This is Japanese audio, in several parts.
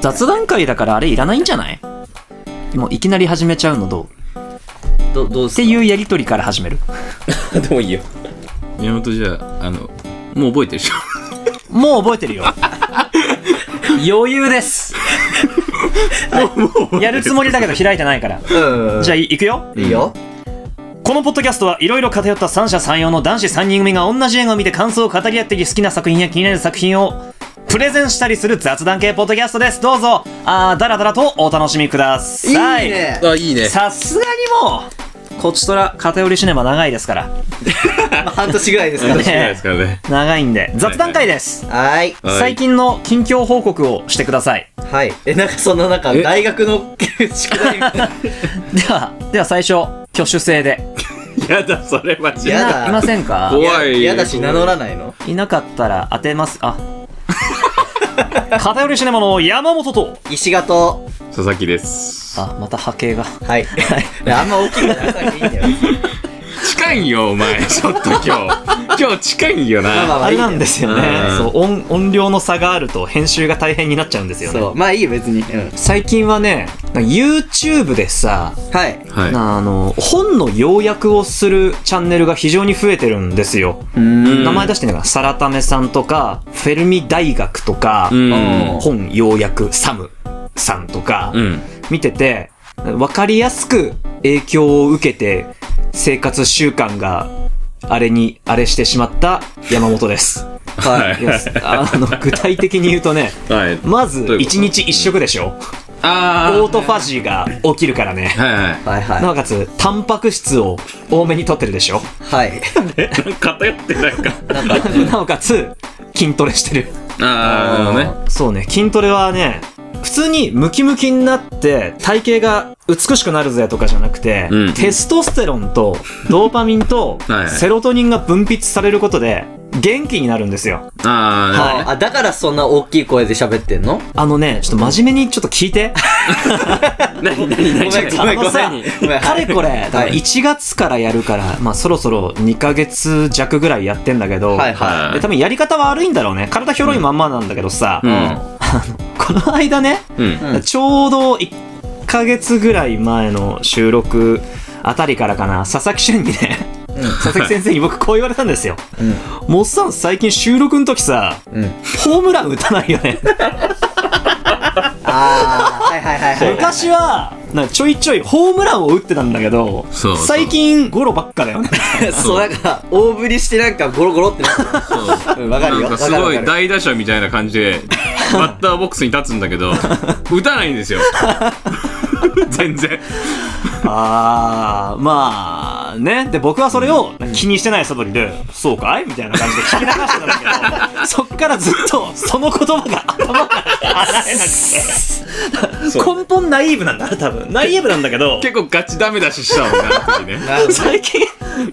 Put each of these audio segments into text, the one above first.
雑談会だからあれいらないんじゃないもういきなり始めちゃうのどうどどうっすてかいうやりとりから始める。うでもいいよ宮本じゃああのもう覚えてるでしょもう覚えてるよ。余裕です。やるつもりだけど開いてないから。うんじゃゃあ、いいくよ。あいいよこのポッドキャストはいろいろ偏った三者三様の男子三人組が同じ映画を見て感想を語り合って好きな作品や気になる作品をプレゼンしたりする雑談系ポッドキャストです。どうぞ、あー、だらだらとお楽しみください。い いね あいいねさすがにもう、こちとら偏りシネマ長いですから。まあ半年ぐらいですか楽しねみないですから ね長いんで、雑談会です。はーいはい最近の近況報告をしてくだ さい。はいえなんかそんな中え大学の宿題みたいなでは、では最初、挙手制で。やだそれマジいやだないませんか怖いややだし名乗らないのいなかったら当てます。 あ。偏りシネマの山本と。石形と佐々木ですあ、また波形が。はいねあんま大きくならなくていいんだよ近いよお前ちょっと 今日今日近いよまあまなああまあいれいなんですよね。うんそう音、音量の差があると編集が大変になっちゃうんですよそね。うまあいいよ別にうん最近はね、なんか YouTube でさ、はいはいあの、本の要約をするチャンネルが非常に増えてるんですよ。うん名前出してんのが、サラタメさんとか、フェルミ大学とか、うん本要約サムさんとか、うん見てて、わかりやすく影響を受けて、生活習慣が、あれに、あれしてしまった山本です。はいいやあの、具体的に言うとね、はいまず、どういうこと1日1食でしょオあートファジーが起きるからね。はいはいはいはいなおかつ、タンパク質を多めに取ってるでしょはいえなんか偏ってない かなんか なおかつ、筋トレしてる。ああなるほどねそうね、筋トレはね、普通にムキムキになって体型が美しくなるぜとかじゃなくて、うんテストステロンとドーパミンとはいはいセロトニンが分泌されることで元気になるんですよ。あはいあだからそんな大きい声で喋ってんのあのね、ちょっと真面目にちょっと聞い て。あなになになにごめんあごめんのさごめんごめんかれこれ、はい1月からやるから、まあそろそろ2ヶ月弱ぐらいやってんだけど、はいはで多分やり方は悪いんだろうね。体ひょろいまんまなんだけどさ、この間ね、うんうんうんちょうど1ヶ月ぐらい前の収録あたりからかな、佐々木俊にね、うん佐々木先生に僕こう言われたんですよ。うんもっさん最近収録の時さ、うんホームラン打たないよね。ああはいはいはいはい昔は、なんかちょいちょいホームランを打ってたんだけど、そうそう最近ゴロばっかだよね。 そうなんか大振りしてなんかゴロゴロってなってるそううんわかるよなんかすごわかるわかいる大打者みたいな感じでバッターボックスに立つんだけど打たないんですよ 全然あー、まあ、ね。で、僕はそれを気にしてないサボりで、そうかいみたいな感じで聞き流してたんだ けど、そっからずっとその言葉が頭から離れなくて、そう根本ナイーブなんだな、多分。ナイーブなんだけど、結構ガチダメ出ししたもんなあの時ね最近、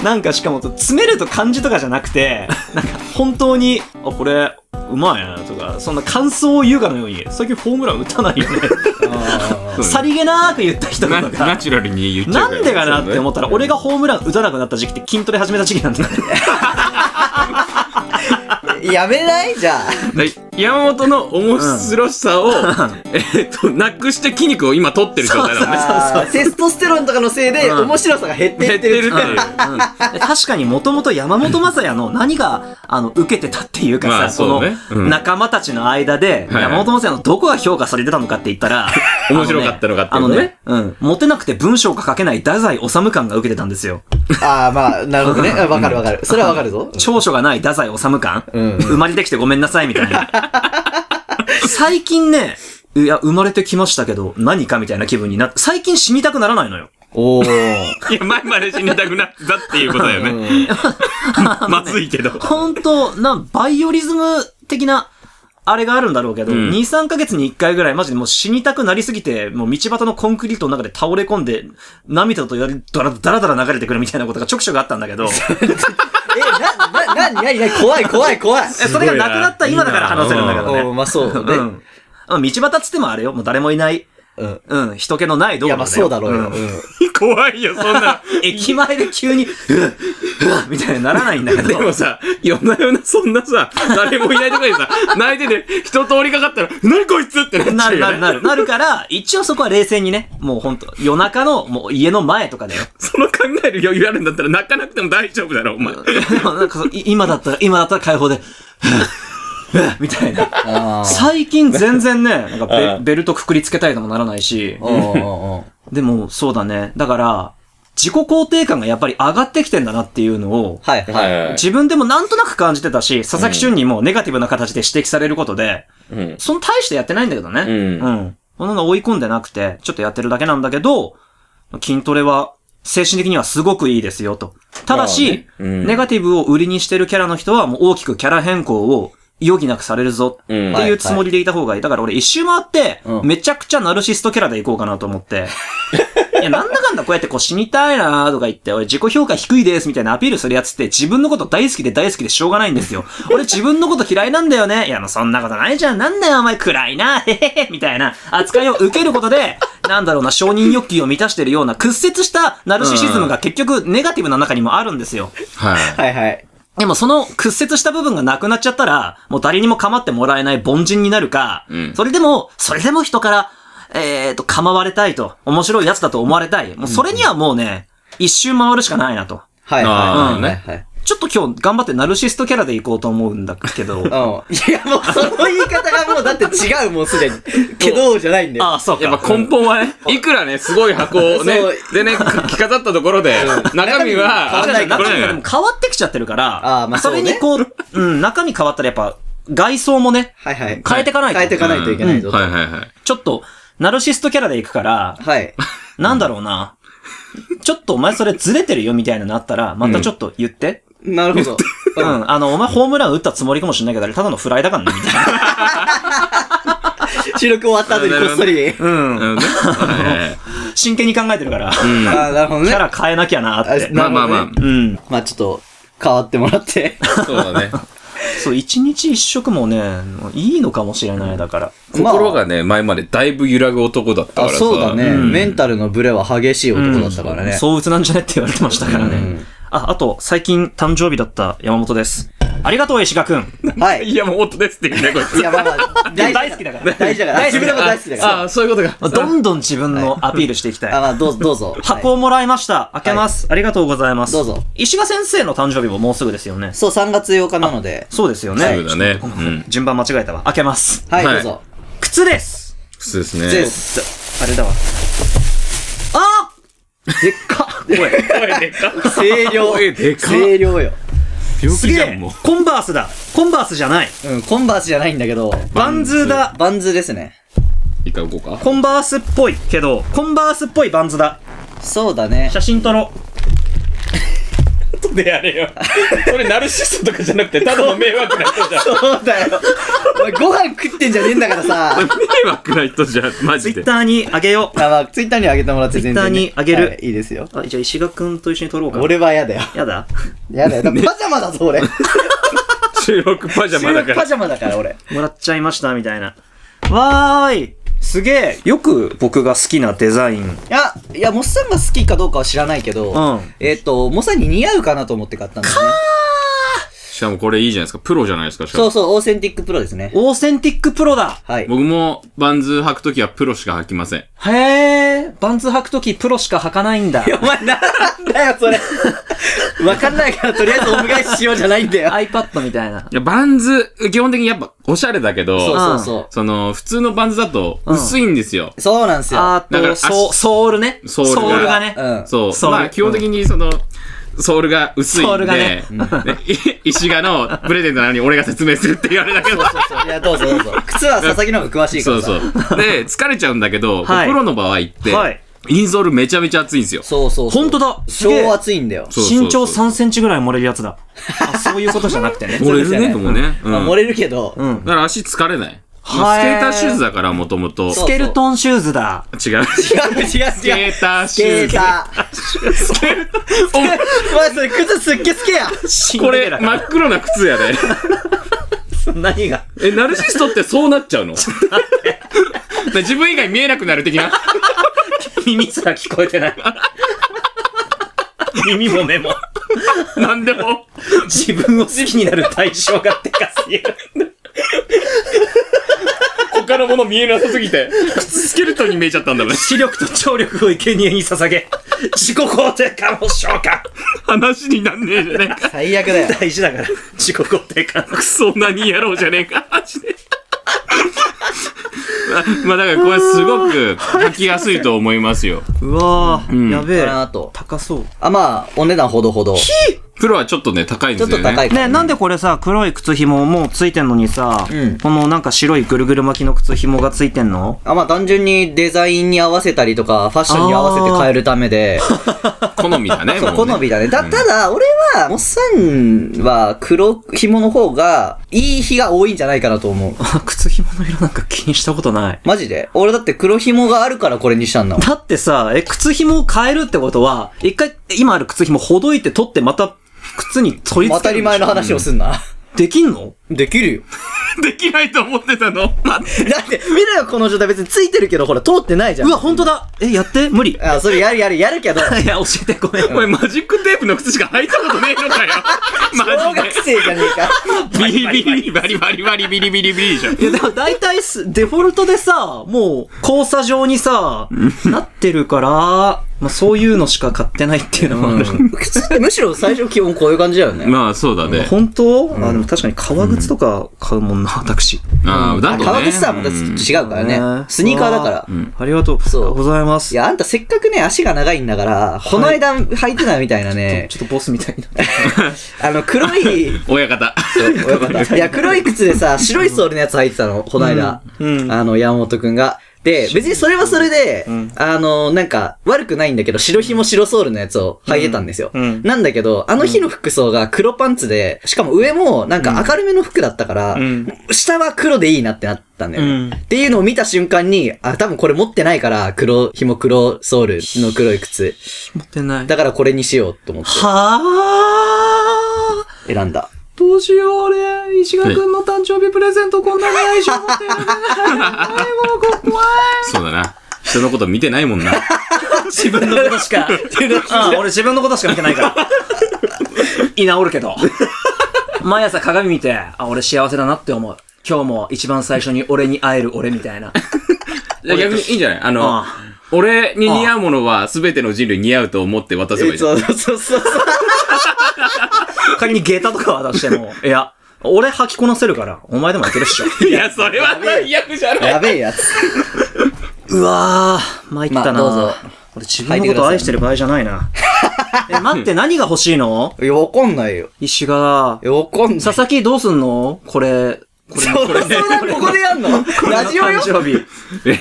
なんかしかも、詰めると漢字とかじゃなくて、なんか本当に、あ、これ、うまいなとか、そんな感想を言うかのように、最近ホームラン打たないよね。 そうさりげなく言った人なとかナ。チュラルに言っちなゃうからんでかなって思ったら、俺ががホームラン打たなくなった時期って筋トレ始めた時期なん だよね。やめないじゃあ山本の面白さを、えっとなくして筋肉を今取ってる状態だもんねあーテストステロンとかのせいでうん面白さが減っ減ていっっててるってるいう、うんで確かにもともと山本雅也の何が、あの、受けてたっていうかさ、まあこそうねうのん仲間たちの間で、はい山本雅也のどこが評価されてたのかって言ったら、 面白かったのかっていうあこのとねね、あのねうん、モテなくて文章が書けない太宰治感が受けてたんですよ。ああまあなるほどねうんわかるわかるそれはわかるぞ長所がない太宰治感、うん生まれてきてごめんなさいみたい な。最近ね、いや、生まれてきましたけど、何かみたいな気分になって、最近死にたくならないのよ。おおいや前まで死にたくなってたっていうことだよねまずいけど本当なん、バイオリズム的な、あれがあるんだろうけど、うん2、3ヶ月に1回ぐらい、マジでもう死にたくなりすぎて、もう道端のコンクリートの中で倒れ込んで、涙とやり、だらだらだら流れてくるみたいなことがちょくちょくあったんだけど、えななななになに怖い怖い怖いえそれがなくなった今だから話せるんだけどおね。おまあそううねん。まあ道端っつってもあれよ、もう誰もいない。うん。うん、人気のない道路いや、だまよあそうだろうよ。うんん。怖いよ、そんな。駅前で急に、うっ、うっみたいにならないんだけでど。もさ、夜な夜なそんなさ、誰もいないとこにさ、泣いてて、人通りかかったら、何こいつってなっなちゃうるよ、なね。るなる。なるから、一応そこは冷静にね、もうほんと、夜中の、もう家の前とかだよ。その考える余裕あるんだったら、泣かなくても大丈夫だろ、お前。でも なんかそうい今だったら、今だったら解放で、 ふぅふぅみたいな。あー最近全然ね、なんかあベーベルトくくりつけたいのもならないし、うんうんうん。でもそうだね。だから、自己肯定感がやっぱり上がってきてんだなっていうのを、はいはい。い自分でもなんとなく感じてたし、佐々木俊にもネガティブな形で指摘されることで、うん。その大してやってないんだけどね。うんうん。そんなの追い込んでなくて、ちょっとやってるだけなんだけど、筋トレは精神的にはすごくいいですよと。ただし、まあねうんネガティブを売りにしてるキャラの人はもう大きくキャラ変更を余儀なくされるぞってうんいうつもりでいた方がいい。だから俺一周回ってう、んめちゃくちゃナルシストキャラでいこうかなと思って。いや、なんだかんだこうやってこう死にたいなーとか言って、俺自己評価低いですみたいなアピールするやつって自分のこと大好きで大好きでしょうがないんですよ。俺自分のこと嫌いなんだよね。いや、もうそんなことないじゃん。なんだよお前暗いな。へへへ。みたいな扱いを受けることで、なんだろうな、承認欲求を満たしてるような屈折したナルシシズムが結局ネガティブな中にもあるんですよ。はい。はいはい。でもその屈折した部分がなくなっちゃったら、もう誰にも構ってもらえない凡人になるか、うんそれでも、それでも人から、えーと、構われたいと、面白いやつだと思われたい。もうそれにはもうね、一周回るしかないなと。はいあはーい。はいはい。ちょっと今日頑張ってナルシストキャラでいこうと思うんだけど。 うん。いや、もうその言い方がもうだって違うもうすでに。けど、じゃないんだよ。ああ、そうか。やっぱ根本はね、いくらね、すごい箱をねそう、でね、か着飾ったところで、中身は、あじゃあ中これ身がでも変わってきちゃってるから、あーまあそれそうにねこう、うん、中身変わったらやっぱ、外装もね、はいはい。変えてかないと。変えてかないといけないぞ。はいはいはい。ちょっと、ナルシストキャラでいくから、はい。なんだろうな。ちょっとお前それずれてるよみたいなのあったら、またちょっと言って。なるほど。うん。あの、お前ホームラン打ったつもりかもしれないけど、あれただのフライだからね、みたいな。収録終わった後にこっそり。うん。うんねはい真剣に考えてるから、うキんああ、なるほどねャ。ラ変えなきゃなって。まあまあまなるあほどね、うん。まあちょっと、変わってもらって。そうだね。そう、一日一食もね、いいのかもしれない、だから。心がね、前までだいぶ揺らぐ男だったかあ、らさ。そうだね。んメンタルのブレは激しい男だったからね。相鬱なんじゃねって言われてましたからうねん。あ、あと、最近誕生日だった山本です。ありがとう、石賀く ん。はい。いや、もう音ですって言うね、こいつい。や、まあまあ、大好きだから大事だから。大好きだ自分でかもら大好きだから。あ、そういうことか。どんどん自分のアピールしていきたいあ、。まあ、どうぞ、どうぞ。 箱はをいもらいました。開けます、ありがとうございます。どうぞ。石賀先生の誕生日ももうすぐですよね。そう、3月8日なので。そうですよね。そうだね。うん。順番間違えたわ。開けます。はい、はどいうぞ。靴です。普通ですでね。す。あれだわ。あでっかおい。声でかっ声 量。声でかっ声量よ。病す気じげゃん、えもう。コンバースだコンバースじゃないうん、コンバースじゃないんだけど、バンズだバンズですね。一回動 こうか。コンバースっぽいけど、コンバースっぽいバンズだ。そうだ ね。写真撮ろ 後でやれよ。それナルシストとかじゃなくて、ただの迷惑な人じ ゃん。そうだよ。お前ご飯食ってんじゃねえんだからさ。あ迷惑な人じゃん、マう。ツイジでッ。ターにあげよまあ、ツイッターにあげてもらって全然、ね。ツイッターにあげるはいいいですよ。う。あ、じゃあ石賀くんと一緒に撮ろうか。俺は嫌だよ。やだ。嫌だよ。だってパジャマだぞ、俺。収録パジャマだかパら。ジャマだから、俺。もらっちゃいました、みたいな。わーい。すげえ。よく僕が好きなデザイン。いや、いや、モスさんが好きかどうかは知らないけど、うんえっ、と、モスさんに似合うかなと思って買ったんだよね。 しかもこれいいじゃないですか。プロじゃないですか、しかもそうそう、オーセンティックプロですね。オーセンティックプロだはい。僕もバンズ履くときはプロしか履きません。へえ、バンズ履くときプロしか履かないんだ。お前なんだよ、それ。わかんないから、とりあえずお迎えしようじゃないんだよ。 iPad みたいな。いや、バンズ、基本的にやっぱおしゃれだけど、そうそうそその、普通のバンズだと薄いんですよ。う。そうなんですよ。あーだからと、ソーソールね。ソールががね。うん。そう。ソールまあ、基本的にその、ソールが薄いソーんルで、がねねい 石賀のプレゼントなのに俺が説明するって言われたけど。いや、どうぞどうぞ。靴は佐々木の方が詳しいかそらうさ。そう。で、疲れちゃうんだけど、はいプロの場合って、はいインソールめちゃめちゃ厚いんですよ。そうそうそう。ほんとだすげえ超熱いんだよ。そうそうそう身長3センチぐらい漏れるやつだ。あ、そういうことじゃなくて ね。漏れるそうですよね、ねでもね。うんまあ、漏れるけど、うん。だから足疲れない。はスいケーターシューズだから、もともと。スケルトンシューズだ。違う。違う違う違う。ススケーターシューズ。ター。 お前それ靴すっげすけや。死んこでれ、る真っ黒な靴やで。何がえ、ナルシストってそうなっちゃうのだから自分以外見えなくなる的な。耳すら聞こえ てない。耳も目も。なんでも。 自分を好きになる対象がでかすぎる。他のもの見えなさすぎて、靴スケルトンに見えちゃったんだもん。視力と聴力を生贄に捧げ、自己肯定感を消化。話になんねえじゃねえか。最 悪だよ。大事だから、自己肯定感。クソ何やろうじゃねえか、マジで。まあ、まあだからこれすごく書きやすいと思いますよ。うわー、やべえだなと高そうあ、まあ、お値段ほどほど。ち黒はちょっとね、高いんでょっすよとね。高いからね、なんでこれさ黒い靴紐もうついてんのにさ、うんこのなんか白いぐるぐる巻きの靴紐がついてんの あ、まあ単純にデザインに合わせたりとか、ファッションに合わせて変えるためで、 好みだね、そう、もうね好みだね。だ、ただ、俺は、おっさんは黒紐の方が、いい日が多いんじゃないかなと思う。あ靴紐の色なんか気にしたことないマジで俺だって黒紐があるからこれにしたんだもん。だってさえ靴紐を変えるってことは一回今ある靴紐ほどいて取ってまた靴に 取り付当けたるりんでしょ前の話をすんな。できんのできるよ。できないと思ってたの。待って だって、見ろよ、この状態別についてるけど、ほら、通ってないじゃん。うわ本当だえやって無理いあ、それやるやるやるけど、や教えてごめんお前マジックテープの靴しか履いたことねえのかよ。小マ学ジで。生じゃねえか。 ビリビリバリバリバリビリビリビリじゃん。いや、でも大体す、デフォルトでさ、もう、交差状にさ、なってるから、まあ、そういうのしか買ってないっていうのもある。靴ってむしろ最初基本こういう感じだよね。まあそうだね。本当、あ、でも確かに革靴とか買うもんな、私。ああ、だとね。革靴さ、またうちんょっと違うからね。スニーカーだからう。んありがとうそうございます。いや、あんたせっかくね、足が長いんだから、この間履いてたみたいなね、ちょっとボスみたいな。あの、黒 い、親方。よかったいや、黒い靴でさ、白いソールのやつ履いてたの、この間。うんうんあの、山本くんが。で、別にそれはそれで、んあの、なんか、悪くないんだけど、白紐白ソールのやつを履いてたんですよ。うんうんなんだけど、あの日の服装が黒パンツで、しかも上も、なんか明るめの服だったから、ん下は黒でいいなってなったんだよね。うんっていうのを見た瞬間に、あ、多分これ持ってないから、黒紐黒ソールの黒い靴。持ってない。だからこれにしようと思っはぁて選んだ。どうしよう、俺。石垣くんの誕生日プレゼントこんなないしょ持って る。もう怖い。そうだな。人のこと見てないもんな。自分のことしか。うん、俺自分のことしか見てないから。居直るけど。毎朝鏡見て、あ、俺幸せだなって思う。今日も一番最初に俺に会える俺みたいな。逆にいいんじゃないあのあ、俺に似合うものは全ての人類に似合うと思って渡せばいいじゃん。そうそうそうそう。仮に下駄とか渡しても、いや、俺履きこなせるから、お前でもいけるっしょ。いや、それは最悪じゃない。やべえやつ。うわぁ、参ったな、まあどうぞ俺自分のこと愛してる場合じゃないな。え、待って、何が欲しいのいや、わかんないよ。石がい。や、わかんない。佐々木どうすんのこれ、これ、そうだ、そうだ、ここでやんのラジオよ誕生日。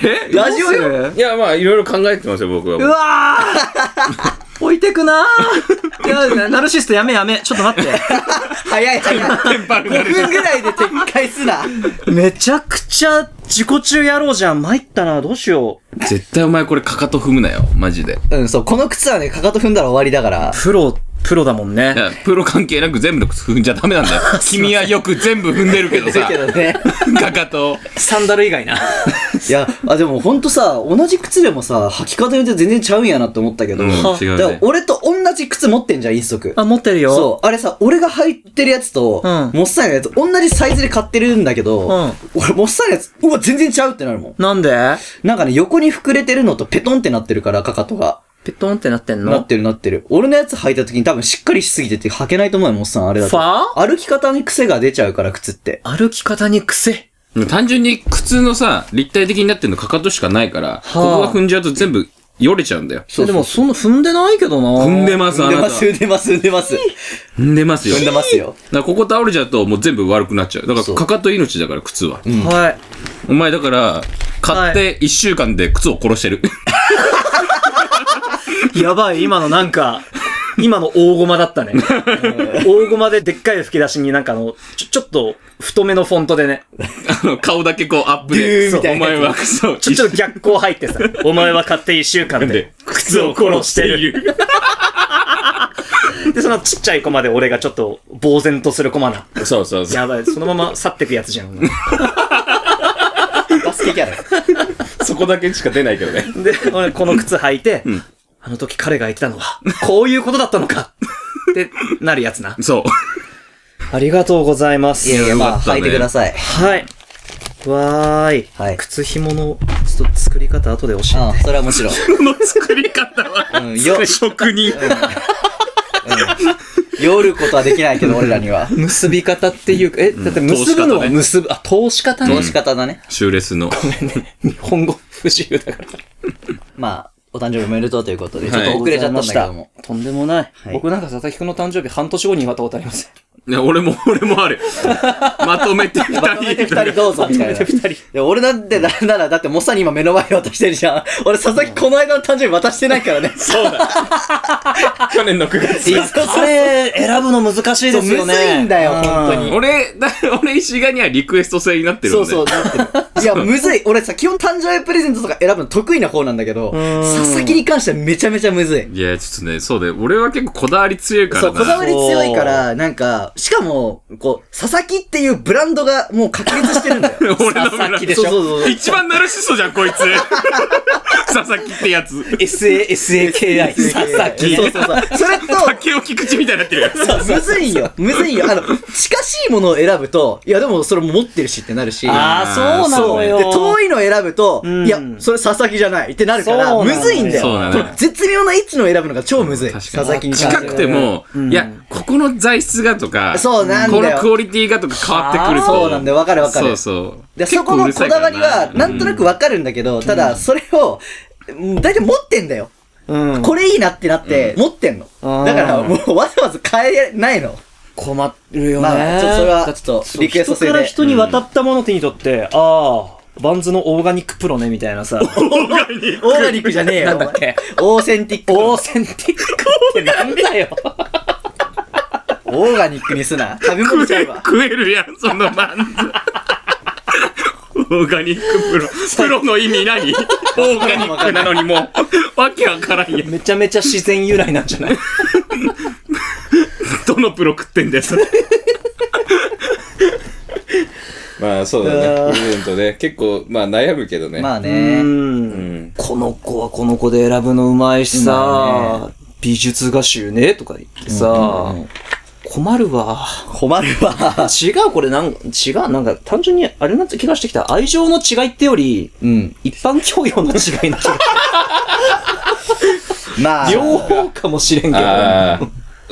えラジオよよいや、まあ、いろいろ考えてますよ、僕は。うわ ー置いてくなーいやな、ナルシストやめやめ。ちょっと待っ早い早い。5分ぐらいで撤回すな。て。めちゃくちゃ自己中やろうじゃん。参ったな。どうしよう。絶対お前これかかと踏むなよ、マジで。うん、そう、この靴はね、かかと踏んだら終わりだから。プロ、プロだもんいね。や、プロ関係なく全部の靴踏んじゃダメなんだ よ。君はよく全部踏んでるけどださけ。どね。 かかとを。サンダル以外な。いや、あ、でもほんとさ、同じ靴でもさ、履き方によって全然ちゃうんやなって思ったけど。うん、だ違うからね。俺と同じ靴持ってんじゃん、一足。あ、持ってるよ。そう。あれさ、俺が履いてるやつと、うんモッサンのやつ、同じサイズで買ってるんだけど、うん俺、モッサンのやつ、うわ、全然ちゃうってなるもん。なんでなんかね、横に膨れてるのとペトンってなってるから、かかとが。ペトンってなってんなっのてるなってる。俺のやつ履いた時に多分しっかりしすぎてて履けないと思うよ、もっさん。あれだフと。ァ歩き方に癖が出ちゃうから、靴って。歩き方に癖。単純に靴のさ、立体的になってるのかかとしかないから、ここが踏んじゃうと全部、よれちゃうんだよ。そうそうでも、そんな踏んでないけどな。踏んでます、踏んあでなたま。す、踏んでます、踏んでます。踏んでますよ。踏んでだかますよ。らここ倒れちゃうと、もう全部悪くなっちゃう。だから、そうかかと命だから、靴は。うんはい。お前だから、買って1週間で靴を殺してる。やばい、今のなんか、今の大駒だったね。大駒ででっかい吹き出しになんかあの、ちょ、ちょっと太めのフォントでね、あの、顔だけこうアップで。ドゥーみたいなお前は靴をちょ、ちょっと逆光入ってさ、 お前は買って一週間でで靴を殺してる。。で、そのちっちゃい駒で俺がちょっと呆然とする駒な。 そうそうそ う。やばい、そのまま去ってくやつじゃん。バスケキャラ。こだけしか出ないけどね。で、俺この靴履いて、うんあの時彼が言ってたのは、こういうことだったのかってなるやつな。そう。ありがとうございます。いやいや、まよかあ、ったね履いてください。はい。わーい。はい靴紐の、ちょっと作り方後で教えて。ああ、それはもちろん。この作り方は、うん、よ、職人。よることはできないけど、俺らには。結び方っていうか、え、だって結ぶのは結ぶ、あ、通し方ね通。し方だね。シューレスの。日本語不自由だから。まあ、お誕生日おめでとうということで、ちょっはいと遅れちゃったんだけども。とんでもない。い僕なんか佐々木くんの誕生日半年後に祝ったことあり ます。ね俺も、俺もある。まとめて二人。まとめて二人どうぞみたいな。二人。で俺なんてなんなら、だってもっさに今目の前に渡してるじ ゃん。俺佐々木この間の誕生日渡してないからね。そうだ。去年の9月。れ、選ぶの難しいですよねむずいんだよ、うん 本当に。俺、だ俺、石賀にはリクエスト制になってるんそで。うそう、なってる。いや、むずい。俺さ、基本誕生日プレゼントとか選ぶの得意な方なんだけど、ん佐々木に関してはめちゃめちゃむずい。いや、ちょっとね、そうだよ。俺は結構こだわり強いかそらう、こだわな。り強いから、なんか、しかも、こう、佐々木っていうブランドがもう確立してる んだよ。俺の佐々木でしそうょ。そうそう。一番ナルシストじゃん、こい つ。佐々木ってやつ。 SASAKI。佐々木。そうそうそう。それと、 竹尾菊池みたいになってるやつ。むずいんよ。むずいんよ。あの、近しいものを選ぶと、いやでもそれも持ってるしってなるし。あー、そうなので、よ。遠いの選ぶと、んいや、それ佐々木じゃないってなるかそら、うなむのよずいんだよ。そうだねこの絶妙な位置の選ぶのが超むずい。確かに佐々木に関しては近くても、いや、ここの材質がとか、そうなんだこよのクオリティがとか変わってくると。そうなんだよ。わかるわかる。そうそう。で、結そこ構うのるさこいかだらわりは、なんとなくわかるんだけど、ただ、それを、うん大体持ってんだよ。うん。これいいなってなって、持ってんの。あーだから、もうわざわざ変えないの。困るよね。まあちょっとそれはちょっとリクエスト制で人から人に渡ったものを手に取って、ああ、バンズのオーガニックプロね、みたいなさ。オーガニックじゃねえよ。なんだっけ オーセンティック。オオーセンティックってなんだ よ。ーガニックにすな。食べ物ち食ゃえうわ。食えるやん、その バンズ。オーガニックプロ。プロの意味何オーガニックなのにもう、わけわからんやん。めちゃめちゃ自然由来なんじゃないどのプロ食ってんだよ、それ。まあそうだね。プレゼントね。結構、まあ悩むけどね。まあう。ね。うんん。この子はこの子で選ぶのうまいしうさ、美術画集ね、とか言ってさ、困るわ。困るわ。違う、これなんか、違う、なんか単純にあれな気がしてきた。愛情の違いってより、うん。一般教養の違い な気がまあ。両方かもしれんけど。ああ。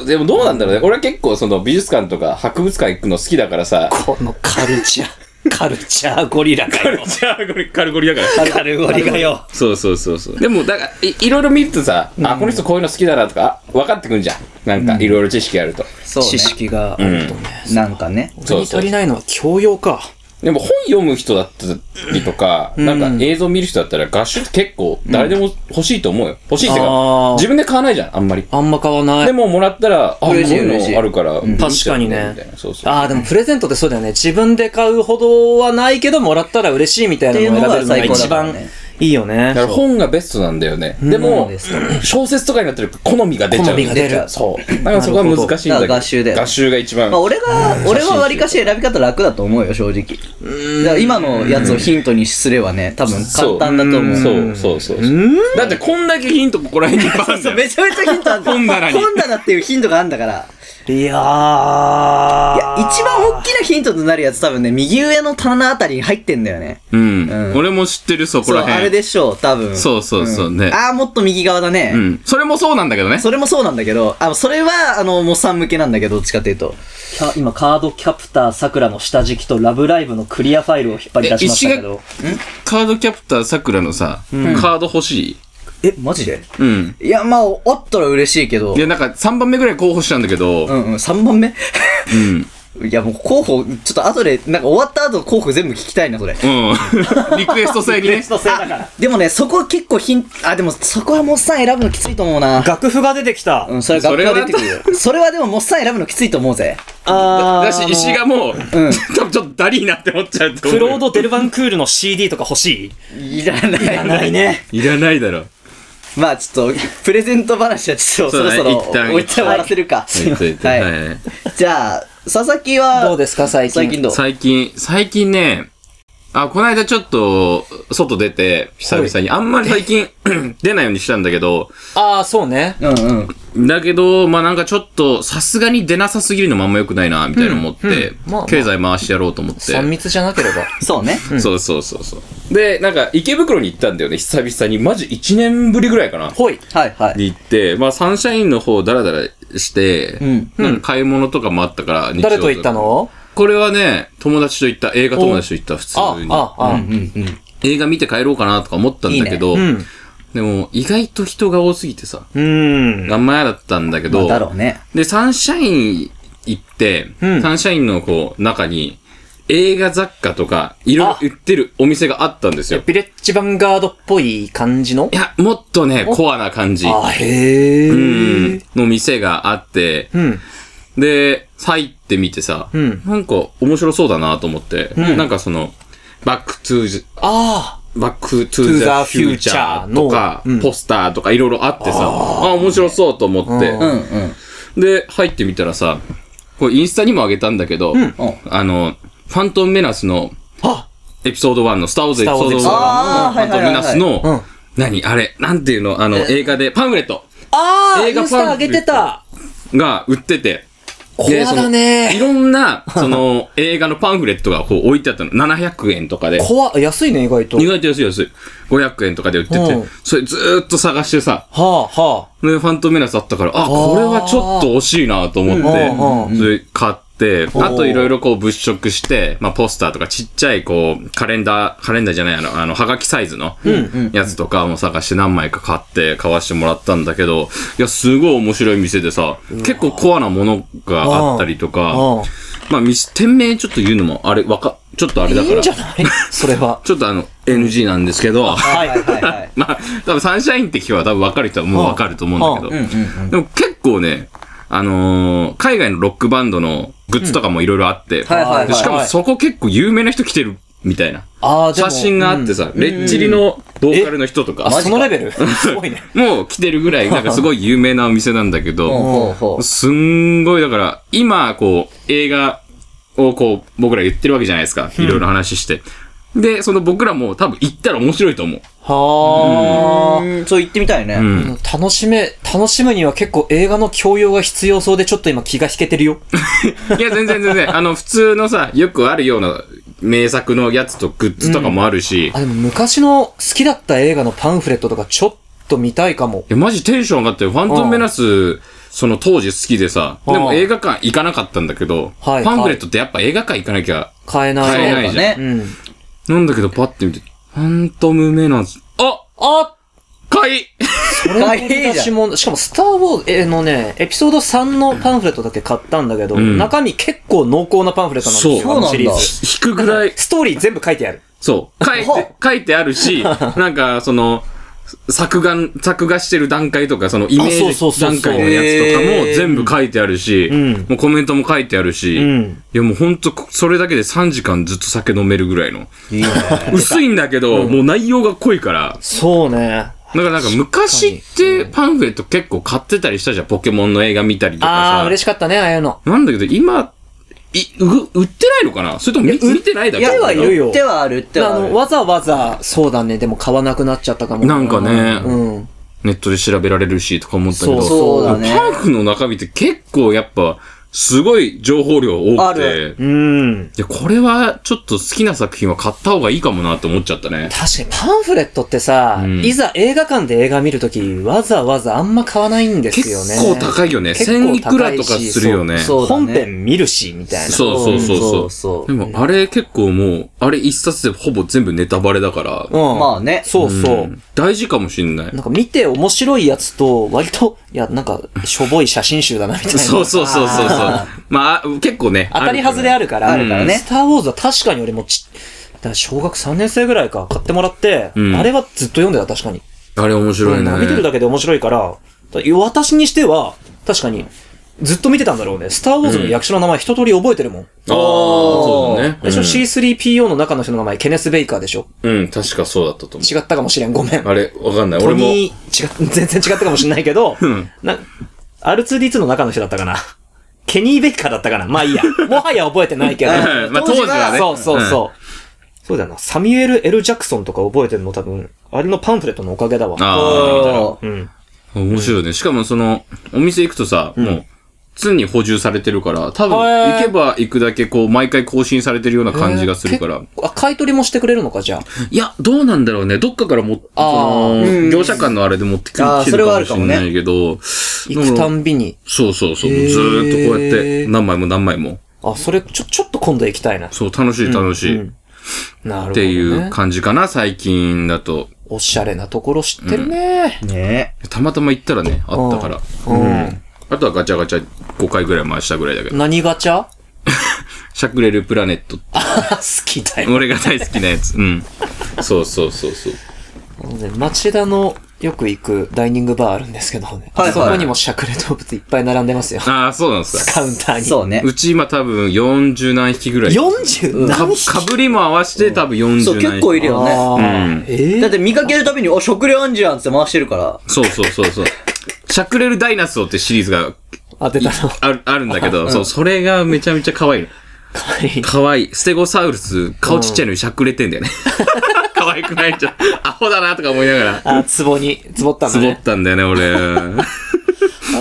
でもどうなんだろうね。俺は結構その美術館とか博物館行くの好きだからさ。このカルチャー、カルチャーゴリラかよ。じゃあ、これカルゴリだから。カルゴリがよ。そうそうそうそう。でも、だから、いいろいろ見るとさ、あ、この人こういうの好きだなとか、あ分かってくんじゃん。なんか、いろいろ知識あると。そうね知識があるとね。なんかね。そ俺うに足りないのは教養か。でも本読む人だったりとか、なんか映像見る人だったら画集って結構誰でも欲しいと思うよ。欲しいっていうあかー、自分で買わないじゃん、あんまり。あんま買わないで。ももらったら、あ、こう嬉しいいうのあるから、確かにねみたいなそうそう。ああ、でもプレゼントってそうだよね。自分で買うほどはないけど、もらったら嬉しいみたいなのを選べるのがっていうのが一最高だから番ねいいよねだか。ら本がベストなんだよね。でも、小説とかになってると好みが出ちゃう。好みが出るそう。だからそこは難しいなるほんだどだけかど。ら画集だよね画集が一番。まあ、俺が、俺は割かし選び方楽だと思うよ、正直。だから今のやつをヒントにすればね、多分簡単だと思う。そうそうそうそう。だってこんだけヒントここら辺にいっぱいあんだよ。め ちゃめちゃヒントあんだよ。本棚に本棚っていうヒントがあんだから。いやいや、ー。一番大きなヒントとなるやつ多分ね、右上の棚あたりに入ってんだよね。うんうん。俺も知ってる、そこそう、らあれ辺。でしょう、多分。そうそうそうねんああ、もっと右側だね。うん。それもそうなんだけどね。それもそうなんだけど、あ、それは、あの、モッサン向けなんだけど、どっちかっていうと。キャ今、カードキャプターさくらの下敷きとラブライブのクリアファイルを引っ張り出しましたけど。カードキャプターさくらのさ、カード欲しいえ、マジでうん。いや、まあ、おったら嬉しいけどい。や、なんか3番目ぐらい候補したんだけど、うんうん、3番目うん。 いや、もう候補、ちょっと後で、なんか終わった後の候補全部聞きたいな、それ。うん。 リクエスト制にね。ト制だから。でもね、そこ結構ヒンあ、でもそこはモッサン選ぶのきついと思うな。楽譜が出てきた。うん、それは学校出てくるよ。それはでもモッサン選ぶのきついと思うぜ。あーだし、石がもう、うん 多分ちょっとダリーなって思っちゃうと思クう。ロード・デルバンクールの CD とか欲しいいらない。ないね。いらないだろ。まあちょっと、プレゼント話はちょっとそそうろだねそろ一旦お一旦終わらせるか。はいはいじゃあ、佐々木は、どうですか、最近。最近どう最近、最近ね、あ、この間ちょっと、外出て、久々に、あんまり最近、 出ないようにしたんだけど、ああ、そうね。うんうん。だけど、まあなんかちょっと、さすがに出なさすぎるのもあんま良くないな、みたいな思ってうんまあまあ、経済回してやろうと思って。 3密じゃなければ。そうね。そうそうそうそう。で、なんか、池袋に行ったんだよね、久々に。マジ1年ぶりぐらいかな。ほい。はいはい。に行って、まあサンシャインの方ダラダラして、んなんか買い物とかもあったから、日曜誰と行ったのこれはね、友達と行った、映画友達と行った、普通あ、に。あ、あ、うんうん。映画見て帰ろうかなとか思ったんだけど、うん。でも意外と人が多すぎてさ、うん。あんま嫌だったんだけまあど、だろうね。で、サンシャイン行って、うんサンシャインのこう、中に、映画雑貨とか、いろいろ売ってるお店があったんですよ。ビレッジヴァンガードっぽい感じのいや、もっとね、コアな感じ。あ、へえ。うん。の店があって、うん。で、入ってみてさ、うんなんか面白そうだなと思って、なんかその、バックトゥーズ、あバックトゥ To ー the ザフューチャーとか future のうん、ポスターとかいろいろあってさ、あ、面白そうと思っうて、んうん。で、入ってみたらさ、これインスタにも上げたんだけど、あの、ファントムメナスのあ。あエピソード1の、スターウォーズエピソード1の、スフターウォーズエピソード1あーァントムメナスはいはいはいはいの、何あれ、なんていうの、あの、映画で、パンフレットあ映画パンフレットたが売ってて、コアだいねろん な、その、映画のパンフレットがこう置いてあったの。700円とかで。コア、安いね、意外と。意は外と安い安い。500円とかで売っててうん、それずーっと探してさ、あ、はで、ファントメナスあったから、あ、これはちょっと惜しいなと思うっんて、それ買って、あといろいろこう物色して、まあポスターとかちっちゃいこう、カレンダー、カレンダーじゃない、あの、あの、はがきサイズのやつとかも探して何枚か買って、買わしてもらったんだけど、いや、すごい面白い店でさ、結構コアなものがあったりとあ。か、うん。まあ、店店名ちょっと言うのも、あれ、わか、ちょっとあれだかいいら、んじちゃ ないそれは。ょっとあの、NG なんですけど、はいはいはいはい。まあ、多分サンシャインって聞けば多分分かる人はもう分かると思うんだうんけうんうん。ど、でも結構ね、あのー海外のロックバンドのグッズとかもいろいろあって、はいはいはいでしかもそこ結構有名な人来てるみたいな。ああ、でも写真があってさ、レッチリのボーカルの人とあ、か、そのレ ベルすごいね。もう来てるぐらい、なんかすごい有名なお店なんだけど、ほうほう。すんごい、だから、今、こう、映画をこう、僕ら言ってるわけじゃないですか。いろいろ話して。で、その僕らも多分行ったら面白いと思う。はあ。うんそう言ってみたいね。うん。楽しめ、楽しむには結構映画の教養が必要そうでちょっと今気が引けてるよ。いや、全然全然。あの、普通のさ、よくあるような名作のやつとグッズとかもあるし、いあ、でも昔の好きだった映画のパンフレットとかちょっと見たいかも。や、マジテンション上がって、ファントムメナス、その当時好きでさ、うんでも映画館行かなかったんだけど、フはいァンフレットってやっぱ映画館行かなきゃ、買えない。買えないそうじだゃうん。ね。ん。なんだけど、パッて見て、ファントムメナス、ああ買い大変じゃ私ん。も、しかも、スター・ウォーズのね、エピソード3のパンフレットだけ買ったんだけど、ん中身結構濃厚なパンフレットなんですよ、そうあのシリーそズ。引くぐらい、ストーリー全部書いてある。そう。書いほてう、書いてあ るし、なんか、その、作画、作画してる段階とか、そのイメあそうそうージそうそう段階のやつとかへもー全部書いてあるし、んもうコメントも書いてあるし、んいやもうほんと、それだけで3時間ずっと酒飲めるぐらい の。いいね。薄いんだけど、もう内容が濃いから、そうね。だからなんか昔ってパンフレット結構買ってたりしたじゃん、ポケモンの映画見たりとかあー、さ。嬉しかったね、ああいうの。なんだけど今、い、う売ってないのかなそれとも見見てないだいけや、手はいるよ手はあるってあはあの、る。わざわざ、そうだね、でも買わなくなっちゃったかも。なんかねうん。ネットで調べられるしとか思ったけど、そうそうだね。パンフの中身って結構やっぱ、すごい情報量多あくるて、うん。いや、これはちょっと好きな作品は買った方がいいかもなって思っちゃったね。確かにパンフレットってさ、うんいざ映画館で映画見るとき、わざわざあんま買わないんです結よね。構高いよね。結構高い1000しいくらとかするよね。そうだね本編見るし、みたいな。そうそうそうそううんそうでそうも、あれ結構もう、あれ一冊でほぼ全部ネタバレだから、うん。まあねそうそう。ん大事かもしんないな。んか見て面白いやつと、割と、いや、なんか、しょぼい写真集だな、みたいな。 そうそうそうそうそうあ。まあ、結構ね。当たり外れあるるから。あるからねスターウォーズは確かに俺もち、だから小学3年生ぐらいか買ってもらって、うんあれはずっと読んでた、確かに。からね。あれ面白いね。うん見てるだけで面白いから、だから私にしては、確かに、ずっと見てたんだろうね。スターウォーズの役所の名前一通り覚えてるもん。ああ、そうだね。でしょ、?C3PO の中の人の名前、ケネス・ベイカーでしょうん、うん確かそうだったと思違ったかもしれん、ごめんう。。あれ、わかんない。ト俺も。ニー、違う、全然違ったかもしれないけど、んな、R2D2 の中の人だったかな。 ケニー・ベッカーだったかな。まあいいや。もはや覚えてないけど。うんまあ当時はねそうそうそう。そうだよな。サミュエル・ L ・ジャクソンとか覚えてるの多分、あれのパンフレットのおかげだわ。あおーうん。面白いね。しかもその、お店行くとさ、もう、常に補充されてるから、多分、へー行けば行くだけ、こう、毎回更新されてるような感じがするから。えー結構あ、買い取りもしてくれるのか、じゃいや、どうなんだろうね。どっかからも、そあの、業者間のあれで持ってくるあー来てそれるはあかるもしかもれねないけど、あ。行くたんびに。そうそうそう、へーずーっとこうやって、何枚も何枚も。あ、それ、ちょ、ちょっと今度行きたいな。そう、楽しい楽しい。うんなるほど、ね。っていう感じかな、最近だと。おしゃれなところ知ってるね。ねたまたま行ったらね、あったから。うん。あとはガチャガチャ5回ぐらい回したぐらいだけど。何ガチャ しゃくれるプラネット。好きだよ。俺が大好きなやつ。うん。そうそうそうそう。あのね町田のよく行くダイニングバーあるんですけどね。はいはいそこにもしゃくれ動物いっぱい並んでます よ。ああ、そうなんですか。カウンターえ。に。そうね。うち今多分40何匹ぐらい。 40か何かぶりも合わせて多分40何匹。そう、結構いるよね。うんえーだって見かけるたびに、お、食料あんじゃんって回してるから。そうそうそうそう。しゃくれるダイナソーってシリーズが当てたの。あるあるんだけど、そう、それがめちゃめちゃ可愛いの。可愛い。可愛い。ステゴサウルス、顔ちっちゃいのにしゃくれてんだよね。 可愛くないじゃん。アホだなとか思いながら。あ、壺に、壺ったんだつぼっね。たんだよね、 俺。あ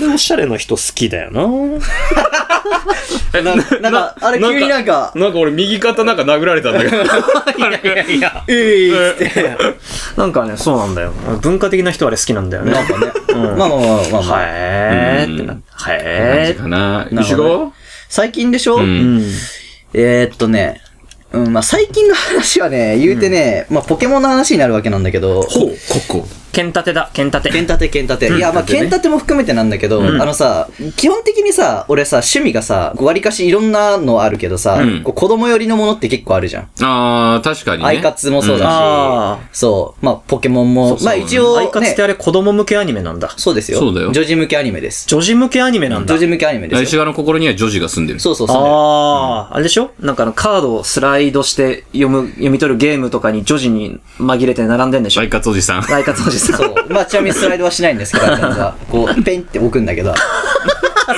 れおしゃれな人好きだよな。ななんか、あれ急になんか、なんか俺右肩なんか殴られたんだけど。えいって。なんかね、そうなんだよ。文化的な人あれ好きなんだよね。なんかね。んまあまあまあまあまあ。はーってな。はえーってかな。なる石ほど川最近でしょう。うんん。えー、っとね、うん、まあ最近の話はね、言うてね、まあポケモンの話になるわけなんだけど、ほう、ここ。剣立てだ、剣立剣て。立て剣立て。いや、まあ剣立ても含めてなんだけど、あのさ、基本的にさ、俺さ、趣味がさ、わりかしいろんなのあるけどさ、うんこう子供寄りのものって結構あるじゃん。あー、確かにアイカね。ツもそううんだあし、そう、まあポケモンも、そうまあ一応、アね、イカツってあれ子供向けアニメなんだ。そうですよ。そうだよ女児向けアニメです。女児向けアニメなん女だ。児向けアニメです石よ。川の心にはジョジが住んでる。そうそうそう。ああ、あれでしょなんかあのカードをスライドして読む、読み取るゲームとかに女児に紛れて並んでんでしょアイカツおじ さん。大活おじさん。そう。まあちなみにスライドはしないんですけど、あいつはこう、ペンって置くんだけど、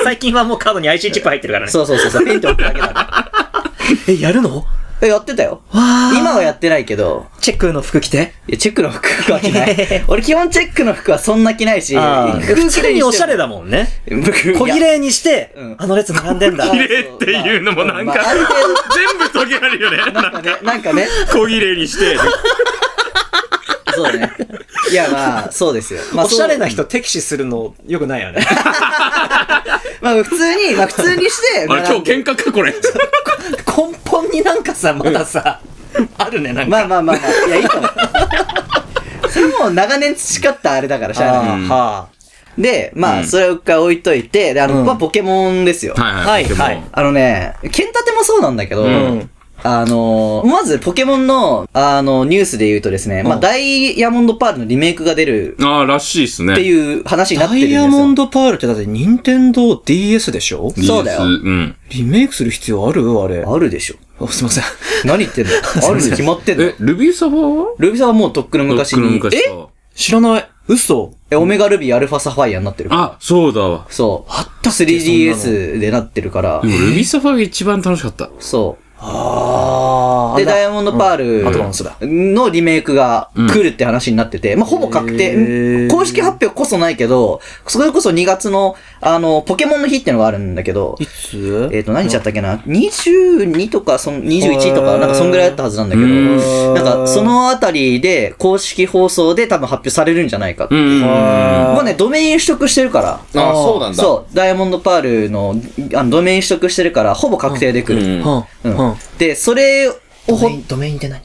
最近はもうカードに IC チップ入ってるからね。そうそうそうそう、ペンって置くだけだから。え、やるのえ、やってたよ。今はやってないけど、チェックの服着て。いや、チェックの服は着ない。 俺基本チェックの服はそんな着ないし、普通におしゃれだもんね。 僕小切れにしてうん、あの列並んでん だ。綺麗っていうのもなんまあかまあある程度、全部途切れるよね。なんか、ね、なんかね、小綺麗に して。そうだね。いや、まあ、そうですよ。まあ、おしゃれなそう。人敵視するのよくないよね。まあ、普通に、まあ、普通に して、あれ、並今ん日で喧嘩か、こ れ。根本になんかさ、まださ、あるね、なんか。まあまあまあまあ、いや、いいと思う。 それもう長年培ったあれだから、しゃあない。あはで、まうあ、んそれを一回置いといて、で、あの、うんまあポケモンですよ。はいははいい。はいあのね、剣立てもそうなんだけど、んあのーまずポケモンの、あの、ニュースで言うとですね、まあ、ダイヤモンドパールのリメイクが出るああー、らしいっすね。っていう話になっダてるんイですよ。ヤモンドパールってだって任天堂 DS でしょ DS そうだうよん。リメイクする必要あるあれ。あるでしょ。あすいません。何言ってんのあるに決まってんのえ、ルビーサファーはルビーさんはもうとっくの昔に、ロックの昔えか知らない。嘘。えオメガルビーアルファサファイアになってるあ、そうだわ。そう。あったっけ 3DS でなってるからで、も、ルビーサファーが一番楽しかった。そあう。で、ダイヤモンドパールんアドバンスだのリメイクが来るって話になってて、まあ、ほぼ確へ定。ー公式発表こそないけど、それこそ2月の、あの、ポケモンの日ってのがあるんだけど、いつえっ、と、何日だったっけな ?22 とか、その21とへか、ーなんかそんぐらいだったはずなんだけうど、んなんかそのあたりで公式放送で多分発表されるんじゃないかって。うん。あーもうね、ドメイン取得してるから。ああ、そうなんだ。そう、ダイヤモンドパールのあのドメイン取得してるから、ほぼ確定で来る。うんはううんんはで、それをドほメイン、ドメインって何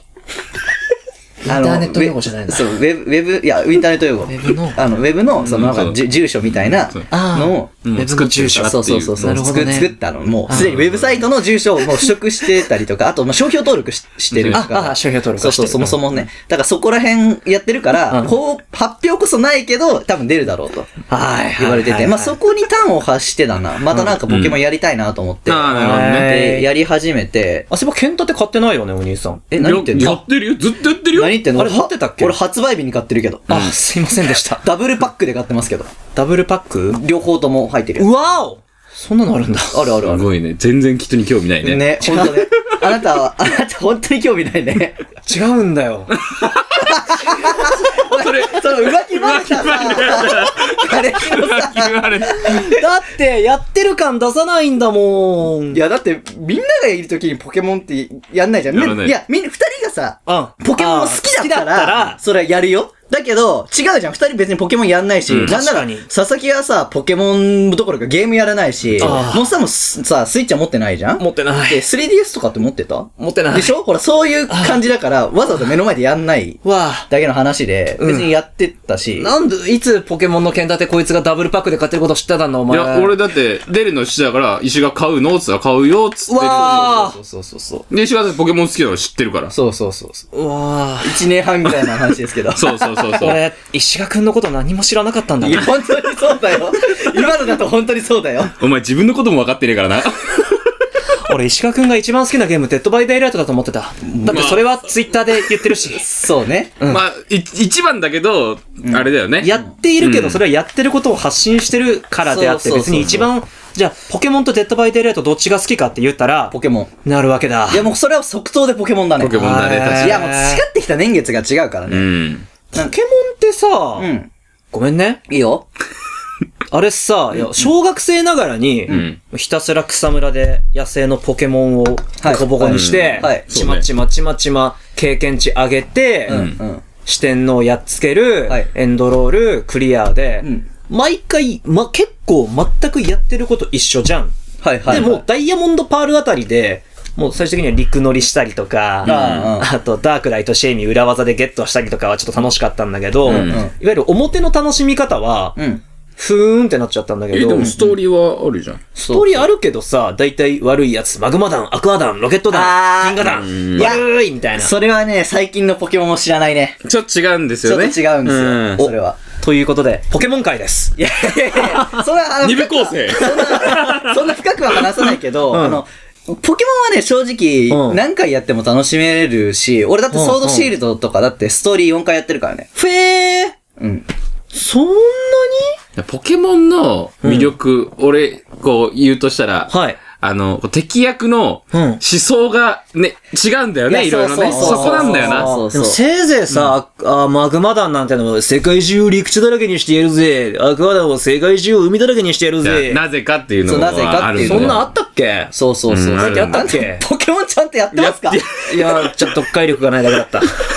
イあのンターネット用語じゃないウェのそう、ウェブ、ウェブ、いや、インターネット用語。ェブのあの、ウェブの、その、なうんか、んじゅ住所みたいなあーのを、うんウェブの作って住る所からってそいうそうそうそう、なるほど作ね作ったの。もう、すでにウェブサイトの住所をもう取得してたりとか、あと、まあ、商標登録ししてるから。ああ商標登録そはうしてるそう、そもそもね。だから、そこら辺やってるから、うんこう、発表こそないけど、多分出るだろうと。はい。言われてはいて、はいまあそこに端を発してだな。またなんかポケモンやりたいなと思って。ああ、なるほどね。で、やり始めて、あ、そういえば、ケンタって買ってないよね、お兄さん。え、何言ってんやのってるよ。ずっとやってるよ。何言ってんのあれは持ってたっけ俺発売日に買ってるけど。あ、すいませんでした。ダブルパックで買ってますけど。ダブルパック両方とも入ってるやうわおそんなのあるんだ。あるあるあする。ごいね。全然人に興味ないね。ね、ほんとね。あなたは、あなた本当に興味ないね。違うんだよ。それ、その浮気バレたさ、彼氏のさ、言われた。だって、やってる感出さないんだもん。いや、だって、みんながいるときにポケモンってやんないじゃん。みやらなんいいや、みんな、二人がさ、うんポケモン好きだったら、それはやるよ。だけど、違うじゃん。二人別にポケモンやんないし、うんなんな確からに、佐々木はさ、ポケモンどころかゲームやらないし、あーモンスターもすさ、スイッチは持ってないじゃん持ってなで、い。 3DS とかって持ってた持ってない。でしょほら、そういう感じだから、わざわざ目の前でやんないわあ。だけの話で、うん別にやってったし、なんで、いつポケモンの剣だってこいつがダブルパックで買ってること知ってたんだ、お い前。や、俺だって、デルの石だから、石が買うのっつったら買うよっつって。わあ。そうそうそう。で、石がだってポケモン好きなの知ってるから。そうそうそうそう。うわあ。 1年半ぐらいの話ですけ ど。そうそうそう そう。俺、石賀くんのこと何も知らなかったんだいや、本当にそうだよ。今のだと本当にそうだよ。お前自分のことも分かってねえからな。俺、石川くんが一番好きなゲーム、デッドバイデイライトだと思ってた。だってそれはツイッターで言ってるし。そうね。まあ、い一番だけど、あれだよね。やっているけうど、んそれはやってることを発信してるからであって、そうそうそう別そうに一番、じゃあ、ポケモンとデッドバイデイライトどっちが好きかって言ったらポ、ケモン。なるわけだい。や、もうそれは即答でポケモンだね。ポケモンだね、あー確かいや、もう培ってきた年月が違うからに。うね。ん。ポケモンってさう、ん。ごめんね。いいよ。あれさ、いや小学生ながらにん、ひたすら草むらで野生のポケモンをボはいコボコにしてはいはい、ちまちまちまちま経験値上げて、うん。うん。四天王やっつける、はいエンドロール、クリアで、うん毎回、ま、結構全くやってること一緒じゃん。はいはいはい。で、もうダイヤモンドパールあたりで、もう最終的には陸乗りしたりとか、あああとダークライトシェイミー裏技でゲットしたりとかはちょっと楽しかったんだけど、んいわゆる表の楽しみ方は、うん。ふーんってなっちゃったんだけえ、でど、もスストーリーはあるじゃん。ストーリーあるけどさ、大体悪いやつ、マグマ弾、アクア弾、ロケットあ弾、ー銀河弾、いや悪いみたいな。それはね、最近のポケモンを知らないね。ちょっと違うんですちょよっとね。違うんですよ。それは。ということで、ポケモン界です。いやいやいや、それはあの二部構成。 そんな深くは話さないけど、あの、ポケモンはね、正う直、ん何回やっても楽しめるし、俺だってソードシールドとかだってストーリー4回やってるからね。ふえーうん。そんなにポケモンの魅力、俺、こう言うとしたら、はい。あの、敵役のうん思想がね、違うんだよね、いろいろね。そうそそうこなんだよそうな。そうでそうもせいぜいさ、あマグマ団なんてのは世界中を陸地だらけにしてやるぜ。アクア団を世界中を海だらけにしてやるじゃぜあ。なぜかっていうのそうなぜはかあっているうんのそだよんなんあったっけそうそうそう。うんあるあったっけポケモンちゃんとやってますかいや、ちょっと読解力がないだけだ った。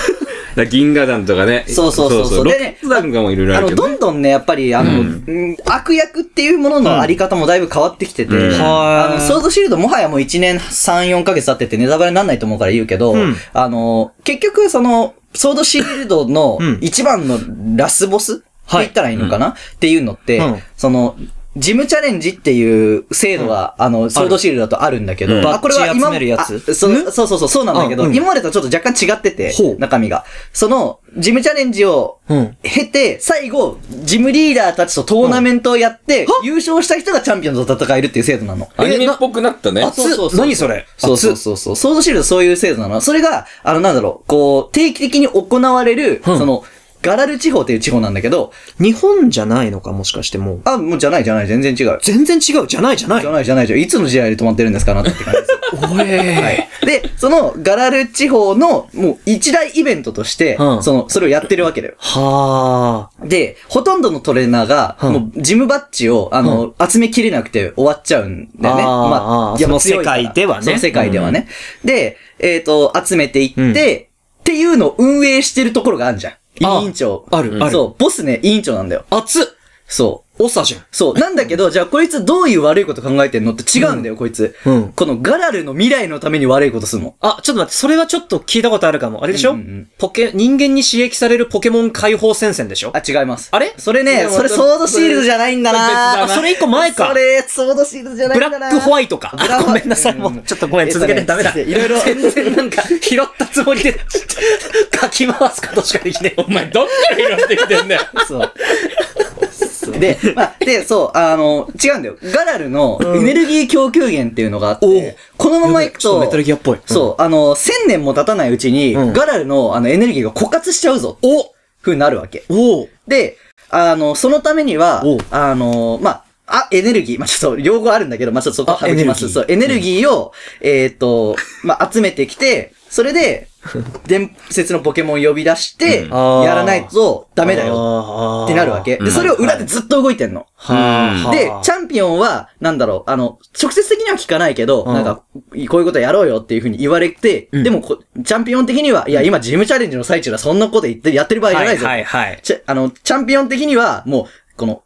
だから銀河団とかね。そうそうそうそうロでッねク団がもいろいろああるの、けどどね。んどんね、やっぱり、あの、うん悪役っていうもののあり方もだいぶ変わってきてて、うんあはの、いソードシールドもはやもう1年3、4ヶ月経っててネタバレにならないと思うから言うけど、うんあの、結局、その、ソードシールドのうん一番のラスボスって言ったらいいのかな、っていうのって、うんその、ジムチャレンジっていう制度は、あの、ソードシールドだとあるんだけど、うんあこれは今バッジ集めるやつあそうそうそうそう、そうなんだけど、うんうん今までとちょっと若干違っててほう、中身が。その、ジムチャレンジをうん。経て、最後、ジムリーダーたちとトーナメントをやって、優勝した人がチャンピオンと戦えるっていう制度なの。アニメっぽくなったね。あそうそうそう何それそうそうそうそう。ソードシールドそういう制度なの。それが、あの、なんだろう、こう、定期的に行われる、うんその、ガラル地方っていう地方なんだけど、日本じゃないのか、もしかしてもう。あ、もうじゃないじゃない、全然違う。全然違う、じゃないじゃない。じゃないじゃないじゃない、いつの時代で止まってるんですかあなってって感じです。おえで、その、ガラル地方の、もう一大イベントとして、うんその、それをやってるわけだよ。はで、ほとんどのトレーナーが、うんもう、ジムバッジを、あの、集めきれなくて終わっちゃうんだよね。あーあーいやその強いから世界ではねその世界ではね。で、えっ、と、集めていって、うんっていうのを運営してるところがあるじゃん。あ委員長。あるあるそう、ボスね、委員長なんだよ。あ。熱っそう。長じゃん。そう。なんだけど、じゃあこいつどういう悪いこと考えてんのって違うんだよ、こいつ。うんこのガラルの未来のために悪いことするの。あ、ちょっと待って、それはちょっと聞いたことあるかも。あれでしょ、うんうんうんポケ、人間に刺激されるポケモン解放戦線でしょあ、違います。あれそれね、それソードシールドじゃないんだなあ、それ一個前かそ。れ、ソードシールドじゃないブんラだなックホワイトか。ブラあごめんなさい、もうう。んちょっとごめん、えっと続ねけて、ダメだ。先生いろいろ全然なんか、拾ったつもりで、かき回すことしかできない。お前、どっから拾ってきてんだよ。 そう。そうで、まあ、で、そう、あの、違うんだよ。ガラルのエネルギー供給源っていうのがあって、おうこのままいくちょっと、とメタルギアっぽいうんそう、あの、千年も経たないうちに、うんガラルのあのエネルギーが枯渇しちゃうぞ。おふうになるわけ。おおで、あの、そのためにはおう、あの、まあ、あ、エネルギー。まあ、ちょっと、両方あるんだけど、まあ、ちょっとそこは省きます。そう、エネルギーを、えっ、と、まあ、集めてきて、それ で、伝説のポケモン呼び出して、あーやらないとダメだよよってなるわけ。で、それを裏でずっと動いてんの。はで、チャンピオンは、なんだろう、あの、直接的には聞かないけど、うんなんか、こういうことやろうよっていうふうに言われて、んでもこ、チャンピオン的には、いや、今、ジムチャレンジの最中だ、そんなこと言って、やってる場合じゃないぞ。はいはいはい。チャあの、チャンピオン的には、もう、この、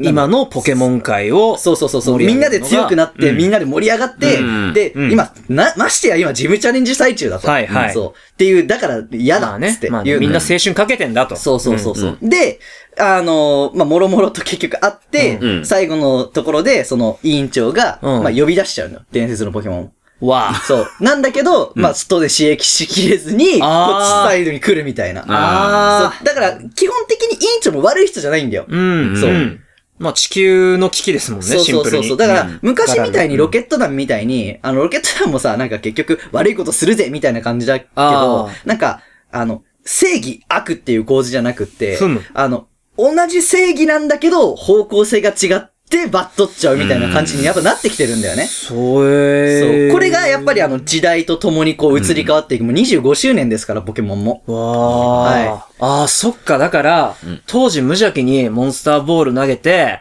今のポケモン界を、そうそうそうそう、盛りみん上なげでるのが強くなって、みんなで盛り上がって、うんで、うん今、な、ましてや今、ジムチャレンジ最中だと。はいはいそう。っていう、だからま嫌だあっつっねて、言うの、まあねみんな青春かけてんだと。そうそうそうそう、で、あのーまあ、もろもろと結局あって、うん最後のところで、その委員長が、うんまあ、呼び出しちゃうのよ。伝説のポケモンを。わあ。そう。なんだけど、まあ、外で刺激しきれずに、こあーっちサイドに来るみたいな。あそうだから、基本的に委員長も悪い人じゃないんだよ。ーうん。そううんまあ地球の危機ですもんね、そうシそンうプそルうに。そう。だから、うん昔みたいにロケット団みたいに、あの、ロケット団もさ、なんか結局悪いことするぜみたいな感じだけどあ、なんか、あの、正義悪っていう構図じゃなくってふむ、あの、同じ正義なんだけど、方向性が違ってバッとっちゃうみたいな感じにやっぱなってきてるんだよね。そうそえう。これがやっぱりあの時代とともにこう移り変わっていく。もう25周年ですから、ポケモンも。わあ、はいああ、そっか。だから、当時無邪気にモンスターボール投げて、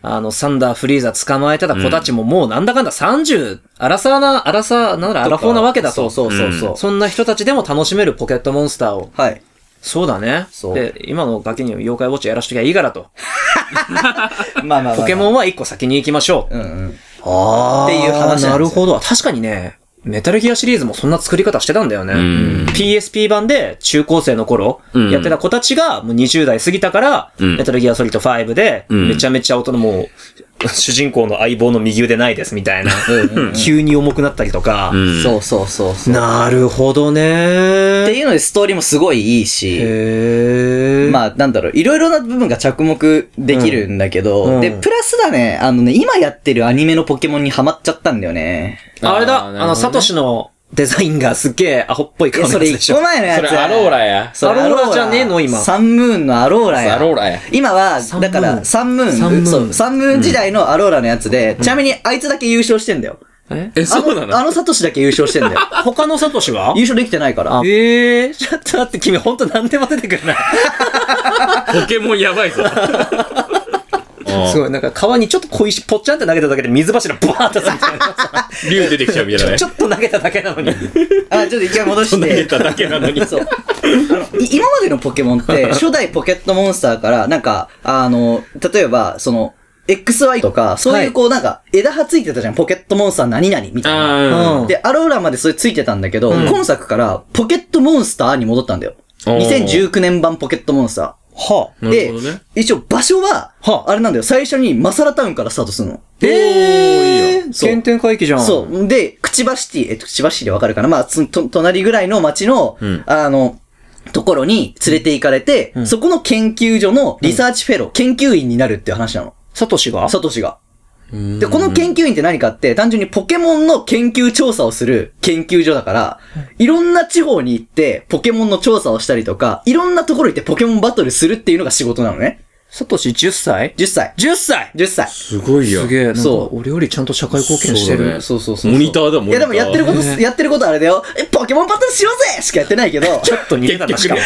あの、サンダー、フリーザ捕まえてた子たちももうなんだかんだ30、アラサーな、アラサー、なんだろう、アラフォーなわけだそと。うそうそうそう。そんな人たちでも楽しめるポケットモンスターを。はい。そうだね。そうで、今のガキに妖怪ウォッチやらしときゃいいからと。まあまあまあまあポケモンは一個先に行きましょう。うんうん。あっていう話なんですよなるほど。確かにね、メタルギアシリーズもそんな作り方してたんだよね。うん PSP 版で中高生の頃、うんやってた子たちがもう20代過ぎたから、うんメタルギアソリッド5で、うんめちゃめちゃ大人もう、主人公の相棒の右腕ないですみたいな、急に重くなったりとか。うんそうそうそうそう。なるほどってね。いうのでストーリーもすごいいいし、へー。まあなんだろう、いろいろな部分が着目できるんだけど、うんで、うんプラスだね、あのね、今やってるアニメのポケモンにハマっちゃったんだよね。あれあーなるほだ、どねあの、サトシのデザインがすっげえアホっぽいい顔や、のやそつれでし一ょ個。前のやそつれアローラや。それアローラじゃねえの今サンムーンのアローラや。アローラや。今は、ンムーだンから、サンムーン、サンムーンそうサンムーン時代のアローラのやつで、ちなみにあいつだけ優勝してんだよ。ええ、そうなあの、あののサトシだけ優勝してんだよ。他のサトシは優勝できてないから。ええー、ちょっと待って、君ほんと何でも出てくるな。ポケモンやば いぞ。すごい、なんか川にちょっと小石ぽっちゃんって投げただけで水柱バーッ とさ、竜出てきちゃうみたいなねちょ。っと投げただけなのに。あ、ちょっと一回戻し投げて。ただけなのに。そう。あ のい今までのポケモンって、初代ポケットモンスターから、なんか、あの、例えば、その、XY とか、そういうこう、なんか、枝葉ついてたじゃん。ポケットモンスター何々みたいな。うんで、アローラまでそれついてたんだけど、今作から、ポケットモンスターに戻ったんだよ。おー2019年版ポケットモンスタはー。なるでほどね、一応場所はは、あれなんだよ。最初にマサラタウンからスタートするの。ぁ。 えぇ、そう原点回帰じゃん。そ。う。で、くちばしティ、えっと、くちばしティでわかるかなまあ、つと、隣ぐらいの町の、あの、ところに連れて行かれて、そこの研究所のリサーチフェロー、研究員になるっていう話なの。サトシがサトシが。で、この研究員って何かって、単純にポケモンの研究調査をする研究所だから、いろんな地方に行って、ポケモンの調査をしたりとか、いろんなところ行ってポケモンバトルするっていうのが仕事なのね。サトシ10歳10歳。 ?10 歳10歳。すごいよす。げえ、なんかそう俺よりちゃんと社会貢献してそうだるね。そうそうそうそう。モニターだモもん。ニタいーやでもやってること、やってることあれだよ。え、ポケモンバトルしようぜしかやってないけど、 ちょっと似てたな、しかも。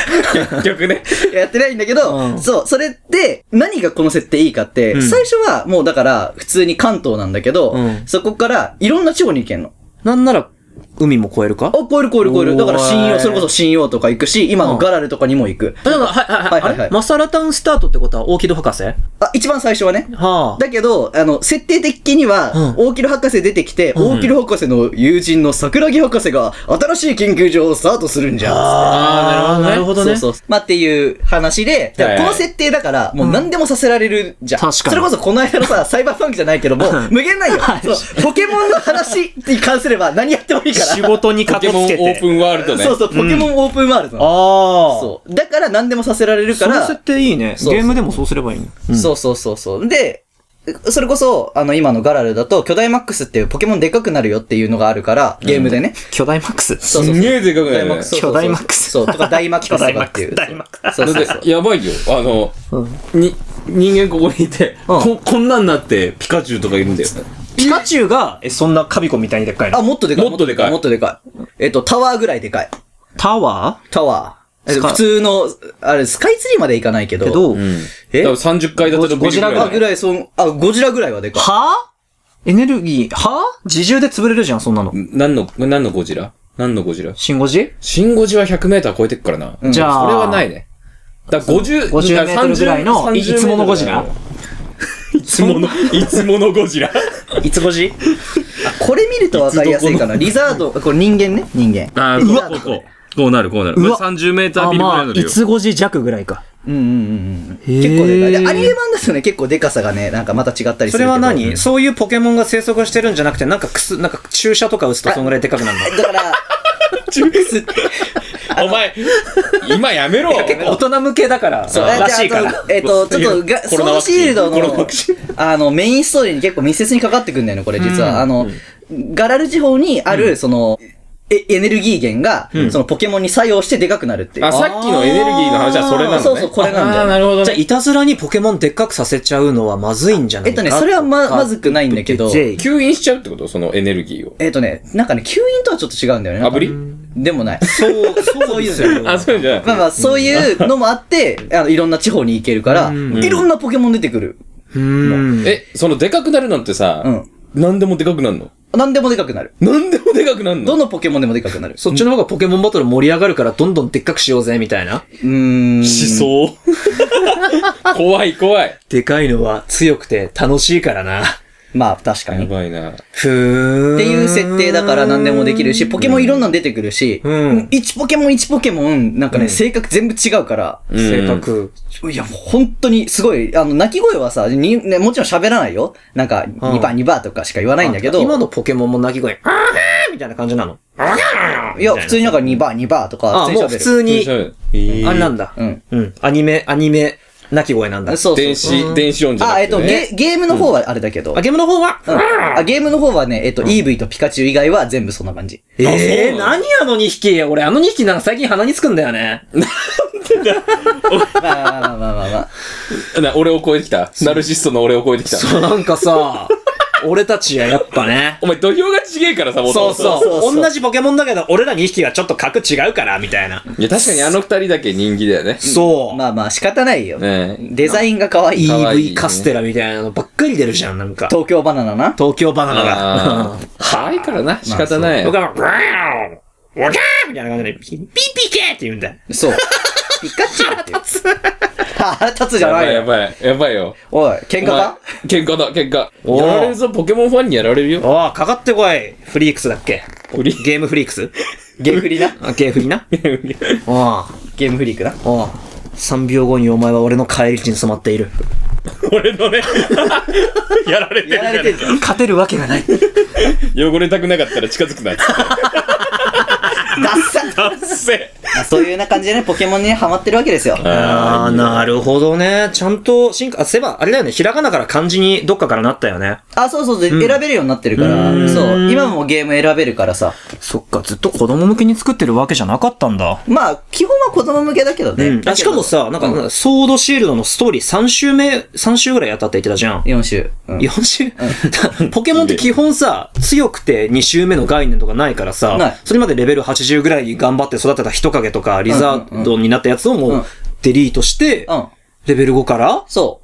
結局ね。やってないんだけど、うんそう、それで、何がこの設定いいかって、最初はもうだから、普通に関東なんだけど、うんそこからいろんな地方に行けんの。 なんなら、海も越えるかあ、超える超える超えおる。ーだから信用、それこそ信用とか行くし、今のガラルとかにも行く。だから、はいははいいははいい。はいあれマサラタウンスタートってことは、大木戸博士はあ、一番最初はね。あ。だけど、あの、設定的には、大木戸博士出てきて、大木戸博士の友人の桜木博士が、新しい研究所をスタートするんじゃん。あーあーなるほどね。そうそう。まあっていう話で、だからはいこの設定だから、もう何でもさせられるじゃん。確かにそれこそこの間のさ、サイバーパンクじゃないけども、無限ないよ。そうポケモンの話に関すれば何やってもいいから。仕事にポかケこモンオつけープて。ンワールドね。そうそう、ポケモンオープンワールドなの、ああ。そう。だから何でもさせられるかそのら、設定いいね。うそうゲームでもそうすればいいの。そうそうそうそう。で、それこそ、あの、今のガラルだと、巨大マックスっていうポケモンでかくなるよっていうのがあるから、ゲームでね。巨大マックス。そうすそう。んげえでかく巨な大いマねックス。巨大マックスそうそうそう。そうとか大マックスと巨大かマッってクいう。ス。大マックス。そうそうそう。だってやばいよ。あの、に、人間ここにいて、うんこ、こんなんなって、ピカチュウとかいるんだよ。ピカチュウが、え、そんなカビコみたいにでっかいあ、のもっとでかい。もっとでかいもっとでかい。えっと、タワーぐらいでかい。タワタワー。えっスとカ普通の、あれ、スカイツリーまでいかないけーど。けど、え多分30階建てとゴジラあ、ぐらい、そん、あ、ゴジラぐらいはでかい。はぁエネルギー、はぁ自重で潰れるじゃん、そんなの。何の、何のゴジラ何のゴジラシンゴジシンゴジは100メーター超えてっからな。じゃあそれはないね。だから50、 50メートルぐらいの30いつものゴジラいつもの、いつものゴジラ いつゴジこれ見るとわかりやすいかな。リザード、これ人間ね、人間。ああ、こう、こう、こうなる、こうなる。うわ30メーターあ、ビルぐらいまあの、量い。つゴジ弱ぐらいか。うんうんうんうん。へー結構でかい。で、アニメ版ですよね、結構でかさがね、なんかまた違ったりそするけど。れは何そういうポケモンが生息してるんじゃなくて、なんかくす、なんか注射とか打つ とそんぐらいでかくなるんだ。だから、お前、今やめろ大人向けだから、そう、らしいかあら。とえっと、ちょっとが、コソロナーワクチンシールドコロナワのクチン、あの、メインストーリーに結構密接にかかってくんだよね、これ実は。あの、ガラル地方にある、その、えエネルギー源が、そのポケモンに作用してでかくなるっていう。あ、さっきのエネルギーの話はそれなのね。そうそう、これなんだよね。るほじゃあ、いたずらにポケモンでっかくさせちゃうのはまずいんじゃなえっいかとね、それはま、まずくないんだけど、 J。吸引しちゃうってことそのエネルギーを。えっとね、なんかね、吸引とはちょっと違うんだよね。なんか炙りでもない。 そう、そうですよ。あ、そうじゃない。まあまあ、そういうのもあって、あの、いろんな地方に行けるから、いろんなポケモン出てくる。うん。え、そのでかくなるなんてさ、うん何でもでかくなるの何でもでかくなる。何でもでかくなるどののポケモンでもでかくなる。そっちの方がポケモンバトル盛り上がるから、どんどんでっかくしようぜ、みたいな。うーん。思 想。 怖い怖い。でかいのは強くて楽しいからな。まあ、確かやに。ばいな。ふーん。っていう設定だから何でもできるし、ポケモンいろんなの出てくるし、うん1ポケモン1ポケモン、なんかね、性格全部違うから、性格。いや、もう本当にすごい、あの、鳴き声はさ、にね、もちろん喋らないよ。なんか、2番2番とかしか言わないんだけど、今のポケモンも鳴き声、あーみたいな感じなの。いや、普通になんか2番2番とか、あ、もう普通に、あれなんだ。うん。うん。アニメ、アニメ、鳴き声なんだ。そうそう。電子、電子音じゃなくあ、て。えっと、ゲ、ゲームの方はあれだけど、あ、ゲームの方は、うんあゲームの方はね、えっと、EV とピカチュウ以外は全部そんな感じ。ええー、何あの2匹俺あの2匹なんか最近鼻につくんだよ ね。まあまあまあまあまあまあ。な俺を超えてきた。ナルシストの俺を超えてきた。そう、なんかさ、俺たちはやっぱね。お前土俵がちげえからさ、もそうう。そう。同じポケモンだけど、俺ら2匹はちょっと格違うから、みたいな。いや、確かにあの二人だけ人気だよね。そう。まあまあ仕方ないよ。ねえデザインが可愛い。可愛いね EV カステラみたいなのばっかり出るじゃん、なんか。東京バナナな。東京バナナあが。ー可愛いからな、仕方ない。僕は、わーおわーみたいな感じで、ピピピケって言うんだよ。そう。ピカチュウっていう。腹立つじゃやばないいやよ。ばい、やばいよ。おい、喧嘩だお前喧嘩だ、喧嘩。おーやられるぞ、ポケモンファンにやられるよ。おー、かかってこい。フリークスだっけゲームフリークスゲームフリな。あゲーフリな。おー。ゲームフリークな。おう3秒後にお前は俺の帰り道に染まっている。 俺のね、 やられてやられてんじゃん。勝てるわけがない。汚れたくなかったら近づく なっつって。ダッサあっせまあそういうような感じでね、ポケモンにハマってるわけですよ。ああ、なるほどね。ちゃんと進化、あ、そういえば、あれだよね。ひらがなから漢字にどっかからなったよね。あ、そうそう、で選べるようになってるから。そう。今もゲーム選べるからさ。そっか、ずっと子供向けに作ってるわけじゃなかったんだ。まあ、基本は子供向けだけどね。うん。あしかもさ、なんか、ソードシールドのストーリー3週目、3週ぐらいやったって言ってたじゃん。 4週。うん4週、 ポケモンって基本さ、強くて2週目の概念とかないからさ、ないそれまでレベル80ぐらい頑張って育てた人影とか、リザードになったやつをもう、うんデリートして、うん。レベル5からそ。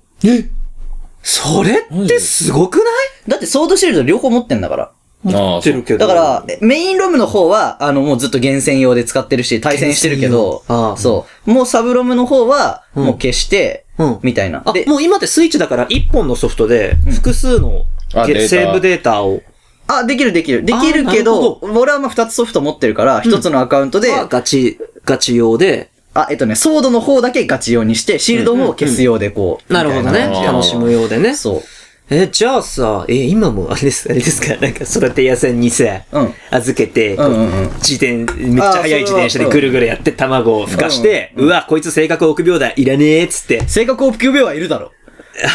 それってすごくないうだって、ソードシールド両方持ってんだから。ああ、ってるけど。だから、えメインロムの方は、あの、もうずっと厳選用で使ってるし、対戦してるけど厳選用あ、あそう。もうサブロムの方は、うんもう消して、うんみたいな。あで、、もう今ってスイッチだから1本のソフトで複数のあゲデータセーブデータを。あ、できるできる。できるけど、あ俺はまあ2つソフト持ってるから、1つのアカウントで、はガチ、ガチ用で。あ、えっとね、ソードの方だけガチ用にして、シールドも消す用でこう。なるほどみたいねな。楽しむ用でね。そう。え、じゃあさ、え、今もあれです、あれですか、なんか育て屋さんにさ、うん預けて、うんうんうん自転、めっちゃ速い自転車でぐるぐるやって卵を孵化して、うわ、こいつ性格臆病だ、いらねえっつって。性格を含めはいるだろ。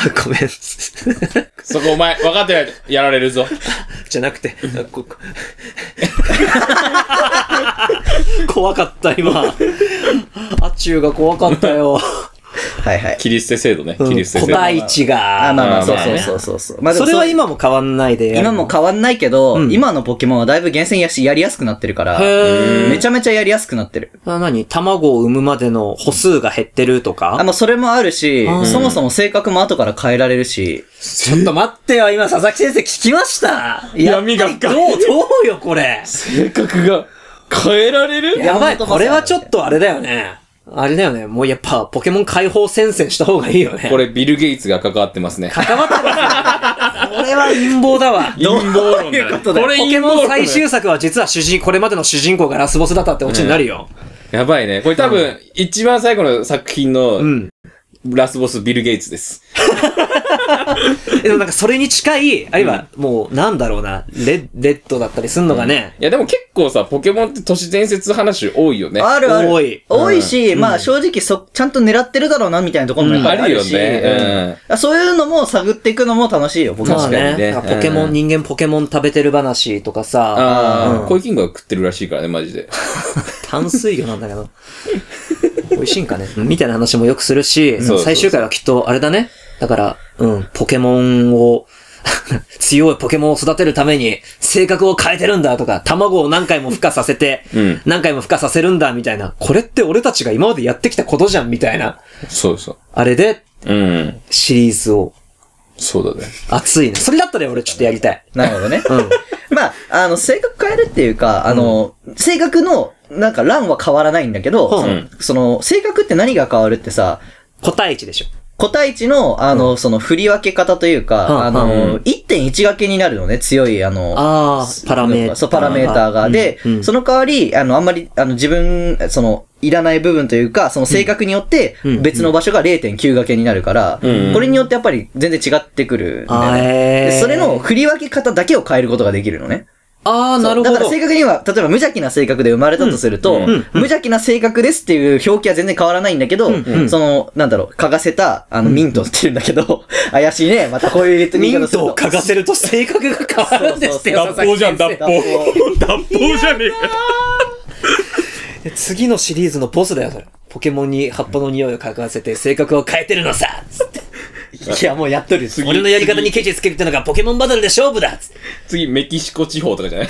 あ、ごめん。そこお前、分かってない。やられるぞ。 じゃなくて、あここ 怖かった、今。あっちゅうが怖かったよ。はいはい。 切り捨て制度ね。切り捨て個制度。体値あ、まが。あまあ、あーそまうあそうねそうそうそう。まあでそもれは今も変わんないで。今も変わんないけど、うん今のポケモンはだいぶ厳選やし、やりやすくなってるから、へーめちゃめちゃやりやすくなってる。あ何卵を産むまでの歩数が減ってるとあ、かまあそれもあるしあー、そもそも性格も後から変えられるし、ちょっと待ってよ、今佐々木先生聞きました闇がどう、どうよ、これ。性格が変えられるやばい、山本これはちょっとあれだよね。あれだよね。もうやっぱ、ポケモン解放戦線した方がいいよね。こ、れビル・ゲイツが関わってますね。関わってますね。これは陰謀だ わ。陰謀論だよ。こポれ陰ケ謀モン論だ最よ。終作は実は主人、これまでの主人公がラスボスだったってオチになるよ。やばいね。これ多分、一番最後の作品のうん。ラスボスビル・ゲイツです。えでもなんかそれに近い、あるいはもうなんだろうな、レレッドだったりすんのがね。いやでも結構さ、ポケモンって都市伝説話多いよね。あるある。多い多いし、まあ正直そ、ちゃんと狙ってるだろうな、みたいなところもやっぱりああるるよし、ね。うんそういうのも探っていくのも楽しいよ、僕まはあ。確かねにねだからポケモうン、ん人間ポケモン食べてる話とかうん。さ、あうんあ、コイキングは食ってるらしいからね、マジで。淡水魚なんだけど。美味しいんかねみたいな話もよくするし、そうそう最終回はきっとあれだね。だから、うん、ポケモンを、 強いポケモンを育てるために性格を変えてるんだとか、卵を何回も孵化させて、うん何回も孵化させるんだみたいな、これって俺たちが今までやってきたことじゃんみたいな、そうそあれでう。うん。シリーズをそうだね。熱いね。それだったら俺ちょっとやりたい。なるほどね。うん。まあ、あの、性格変えるっていうか、あの、性格の、なんか欄は変わらないんだけど、うんそのその、性格って何が変わるってさ、個体値でしょ。個体値の、あの、その、振り分け方というか、うんあうの、1.1がけになるのね、強い、あの、ああ、パラメーターが。そう、パラメーターが。で、うんうんその代わり、あの、あんまり、あの、自分、その、いらない部分というか、その性格によってうん、別の場所が0.9がけになるから、うんこれによってやっぱり全然違ってくるんだよあーね、へーでそれの振り分け方だけを変えることができるのね。ああ、なるほど。だから正確には、例えば無邪気な性格で生まれたとすると、うんうん無邪気な性格ですっていう表記は全然変わらないんだけど、んうんその、なんだろう、嗅がせた、あの、ミントって言うんだけど、 怪しいね。またこういう言いミ方ンするトをと。嗅がせると性格が変わるんですってよ。脱法じゃん、脱法。脱法じゃねえか。次のシリーズのボスだよ、それ。ポケモンに葉っぱの匂いを嗅がせて性格を変えてるのさつ っていや、もうやっとるよ。俺のやり方にケチつけるってのがポケモンバトルで勝負だつって次、メキシコ地方とかじゃない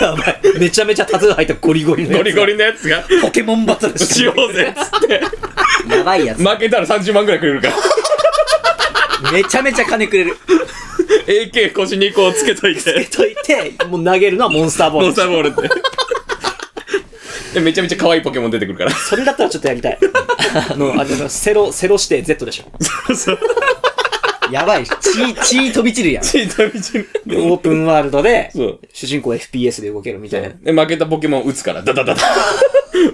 やばい。めちゃめちゃタトゥー入ったゴリゴリのやつ ゴリゴリのやつが、ポケモンバトルししよようぜ。やばいやつ。負けたら30万くらいくれるから。 めちゃめちゃ金くれる。 AK 腰にこうつけといて。う。といて、もう投げるのはモンスターボモーンスタール。ボールって。でめちゃめちゃ可愛いポケモン出てくるから。それだったらちょっとやり たい。あの、あれだ、セロ、セロして Z で しょ。 やばい。 血、血飛び散るやん。チータミチルオープンワールドでそう、主人公 FPS で動けるみたいな。で、負けたポケモン撃つから、ダダダ ダ。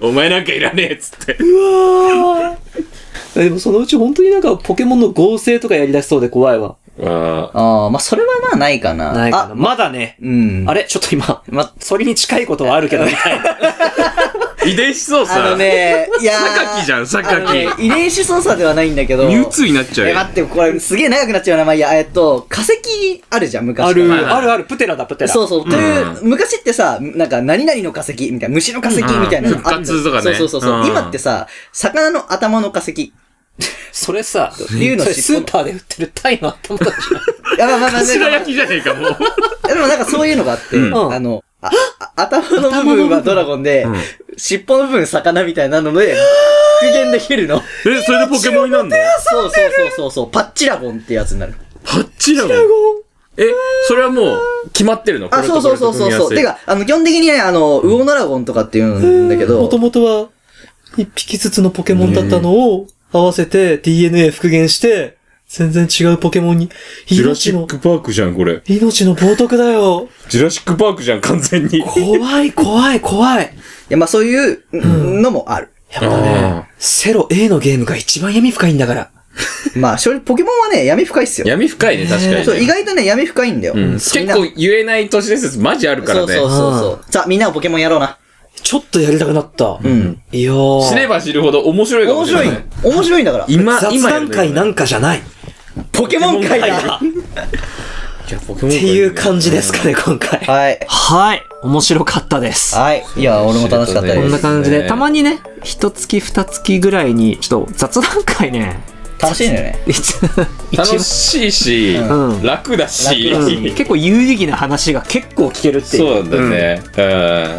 お前なんかいらねえっつって。でもそのうち本当になんかポケモンの合成とかやり出しそうで怖いわ。あああ、まあ、それはまあないかな。ないかな。あ、まだね。うん。あれ ちょっと今、ま、それに近いことはあるけど、みたいな。遺伝子操あの作。ね、いやー。榊じゃん榊あのね遺伝子操作ではないんだけど。ミュウツーになっちゃうえ、よ。待って、これすげえ長くなっちゃうな。まあ、いや、えっと、化石あるじゃん、昔。あからる、あるある、プテラだ、プテラ。そうそう。という、昔ってさ、なんか、何々の化石みたいな、虫の化石みたいうなのん復活とかねそうそうそうそうう。ん今ってさ、魚の頭の化石。いそれさ、竜の尻尾スーパーで売ってるタイの頭だし。や、まあまあ まあ、白焼きじゃねえか、もう。でもなんかそういうのがあって、んあの、あ、あ頭の部分はドラゴンで、尻尾の部分魚みたいなので、復元できるの。え、それでポケモンになるのそうそうそうそうそう、パッチラゴンってやつになる。パッチラゴン。え、それはもう、決まってるのあ、そうそうそうそうそう。て、か、あの、基本的にね、あの、ウオノラゴンとかっていうんだけど、もとは、一匹ずつのポケモンだったのを、合わせて DNA 復元して、全然違うポケモンに、ジュラシックパークじゃん、これ。命の冒涜だよ。ジュラシックパークじゃん、完全 に。怖い、怖い、怖い。いや、まあそういうのもある。やっぱね、セロ A のゲームが一番闇深いんだから。まあ、正直、ポケモンはね、闇深いっすよ。闇深いね、確かにそう、ね。意外とね、闇深いんだよ。うんみん結な構言えない都市伝説マジあるかそらうそうね。そうそう。さあ、みんなもポケモンやろうな。ちょっとやりたくなった。うん。いやー。知れば知るほど面白いかも面しれ白いない。。面白いんだから。今、雑今や談るべき会だねなんかじゃない。っポケモン界いだ。やポケモン界ていう感じですかね、今回。はい。はい。面白かったです。はい。いや、俺も楽しそうかったこでんすな。感じそうですで、ねたまにね、一月二月ぐらいに、ちょっと雑談会ね、楽しいんだよね。いつ一楽しいし、番、うん。楽だし、うん結構有意義な話が結構聞けるっていう。そうだね。うん。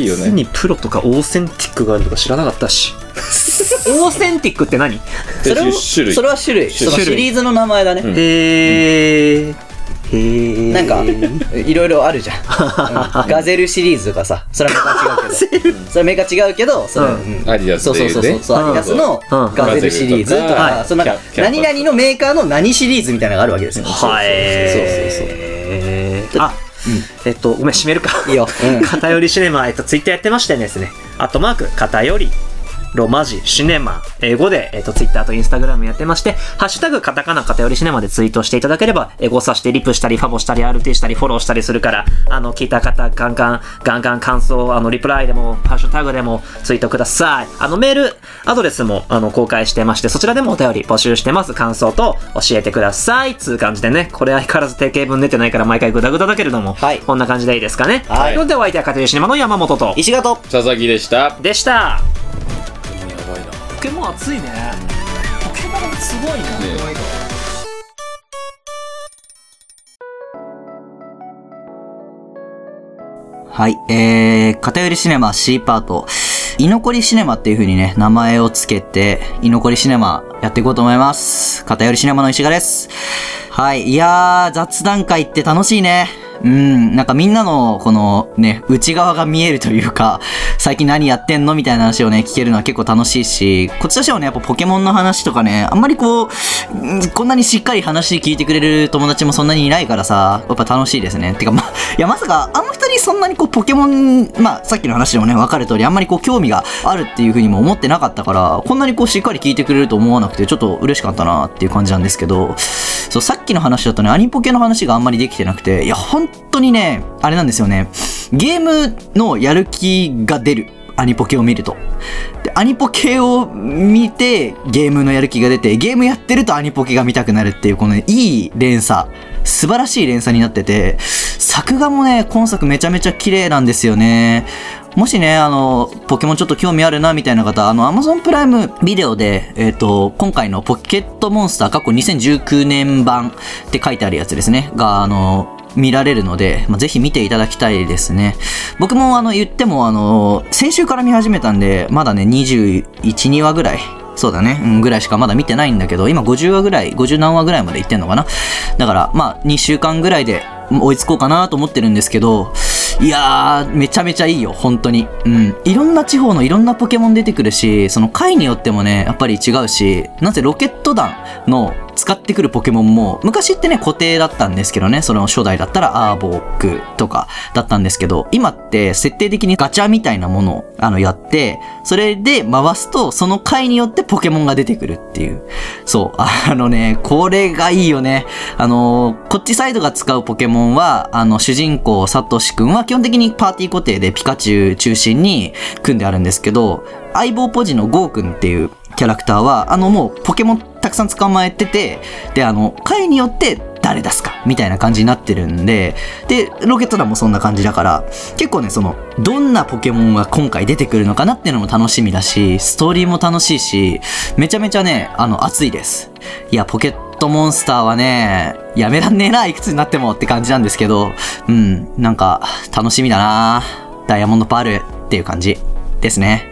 いいよ靴ね。にプロとかオーセンティックがあるとか知らなかった し。オーセンティックって何それも、種類それは種類。そ種類のシリーズの名前だね。へー。へー。なんか、いろいろあるじゃん。うんガゼルシリーズとかさ、それはメーカー違うけど。それはメーカー違うけど、うその、うんアディダスそうでそう言そううそうそう、うんアディダスのうんガゼルシリーズとガゼルとか、かそのなんかキャン何々のメーカーの何シリーズみたいなのがあるわけですよ。はい。そそうそううそうそう。あ、えっと、ごめん、閉めるか。いいよ。うん偏りシネマ、えっと、ツイッターやってましてですね、アットマーク、偏り、ロマ字、シネマ、英語で、えっと、ツイッターとインスタグラムやってまして、ハッシュタグ、カタカナ、偏りシネマでツイートしていただければ、エゴさして、リプしたり、ファボしたり、RT したり、フォローしたりするから、あの、聞いた方、ガンガン、ガンガン感想、あの、リプライでも、ハッシュタグでも、ツイートください。あの、メール、アドレスも、あの、公開してまして、そちらでもお便り募集してます。感想と、教えてください。つう感じでね、これ相変わらず定型文出てないから、毎回グダグダだけれども、はいこんな感じでいいですかね。はいそれではお相手は片寄シネマの山本と。石形佐々木でした。でした。ポケモン熱いね。ポケモンすごいね。はい、えー、偏りシネマ C パート。居残りシネマっていう風にね、名前をつけて、居残りシネマやっていこうと思います。偏りシネマの石川です。はい、いやー、雑談会って楽しいね。うん、なんかみんなの、このね、内側が見えるというか、最近何やってんのみたいな話をね、聞けるのは結構楽しいし、こっちとしてもね、やっぱポケモンの話とかね、あんまりこう、うんこんなにしっかり話聞いてくれる友達もそんなにいないからさ、やっぱ楽しいですね。てか、ま、 いや、まさか、あの人にそんなにこう、ポケモン、まあ、さっきの話でもね、わかる通り、あんまりこう、興味があるっていうふうにも思ってなかったから、こんなにこう、しっかり聞いてくれると思わなくて、ちょっと嬉しかったなっていう感じなんですけど、そう、さっきの話だとね、アニポケの話があんまりできてなくて、いや、本当にね、あれなんですよね、ゲームのやる気が出る。アニポケを見ると。で、アニポケを見て、ゲームのやる気が出て、ゲームやってるとアニポケが見たくなるっていう、このねいい連鎖。素晴らしい連鎖になってて、作画もね、今作めちゃめちゃ綺麗なんですよね。もしね、あの、ポケモンちょっと興味あるな、みたいな方、あの、Amazon プライムビデオで、えっ、と、今回のポケットモンスター過去2019年版って書いてあるやつですね。が、あの、見られるので、まあ、ぜひ見ていただきたいですね。僕もあの言ってもあの、先週から見始めたんで、まだね、21、2話ぐらい。そうだね。うん、ぐらいしかまだ見てないんだけど、今50話ぐらい、50何話ぐらいまでいってんのかな。だから、まあ、2週間ぐらいで追いつこうかなと思ってるんですけど、いやー、めちゃめちゃいいよ、本当に。うん。いろんな地方のいろんなポケモン出てくるし、その回によってもね、やっぱり違うし、なぜロケット弾の使ってくるポケモンも、昔ってね、固定だったんですけどね、その初代だったらアーボークとかだったんですけど、今って設定的にガチャみたいなものをあのやって、それで回すと、その回によってポケモンが出てくるっていう。そう。あのね、これがいいよね。あのーこっちサイドが使うポケモンは、あの、主人公、サトシくんは基本的にパーティー固定でピカチュウ中心に組んであるんですけど、相棒ポジのゴーくんっていうキャラクターは、あのもうポケモンたくさん捕まえてて、で、あの、回によって誰出すか、みたいな感じになってるんで、で、ロケット弾もそんな感じだから、結構ね、その、どんなポケモンが今回出てくるのかなっていうのも楽しみだし、ストーリーも楽しいし、めちゃめちゃね、あの、熱いです。いや、ポケットモンスターはね、やめらんねえな、いくつになってもって感じなんですけど、うん、なんか、楽しみだなダイヤモンドパールっていう感じですね。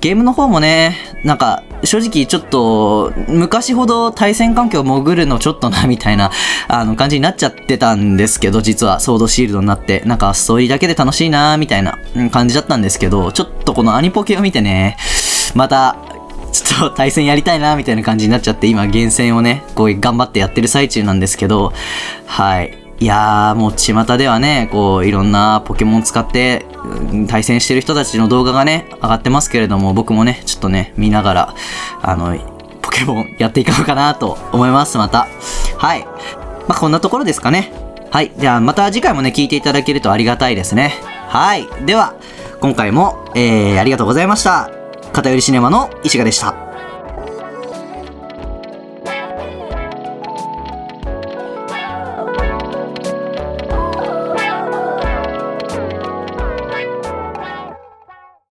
ゲームの方もね、なんか、正直ちょっと、昔ほど対戦環境を潜るのちょっとな、み たいな、あの、感じになっちゃってたんですけど、実は、ソードシールドになって、なんか、ストーリーだけで楽しいな、みたいな、うん感じだったんですけど、ちょっとこのアニポケを見てね、また、ちょっと対戦やりたいな、みたいな感じになっちゃって、今、厳選をね、こう、頑張ってやってる最中なんですけど、はい。いやー、もう巷ではね、こう、いろんなポケモン使って、うん対戦してる人たちの動画がね、上がってますけれども、僕もね、ちょっとね、見ながら、あの、ポケモンやっていこうかなと思います、また。はい。まあ、こんなところですかね。はい。じゃあ、また次回もね、聞いていただけるとありがたいですね。はい。では、今回も、えー、ありがとうございました。片寄りシネマの石賀でした。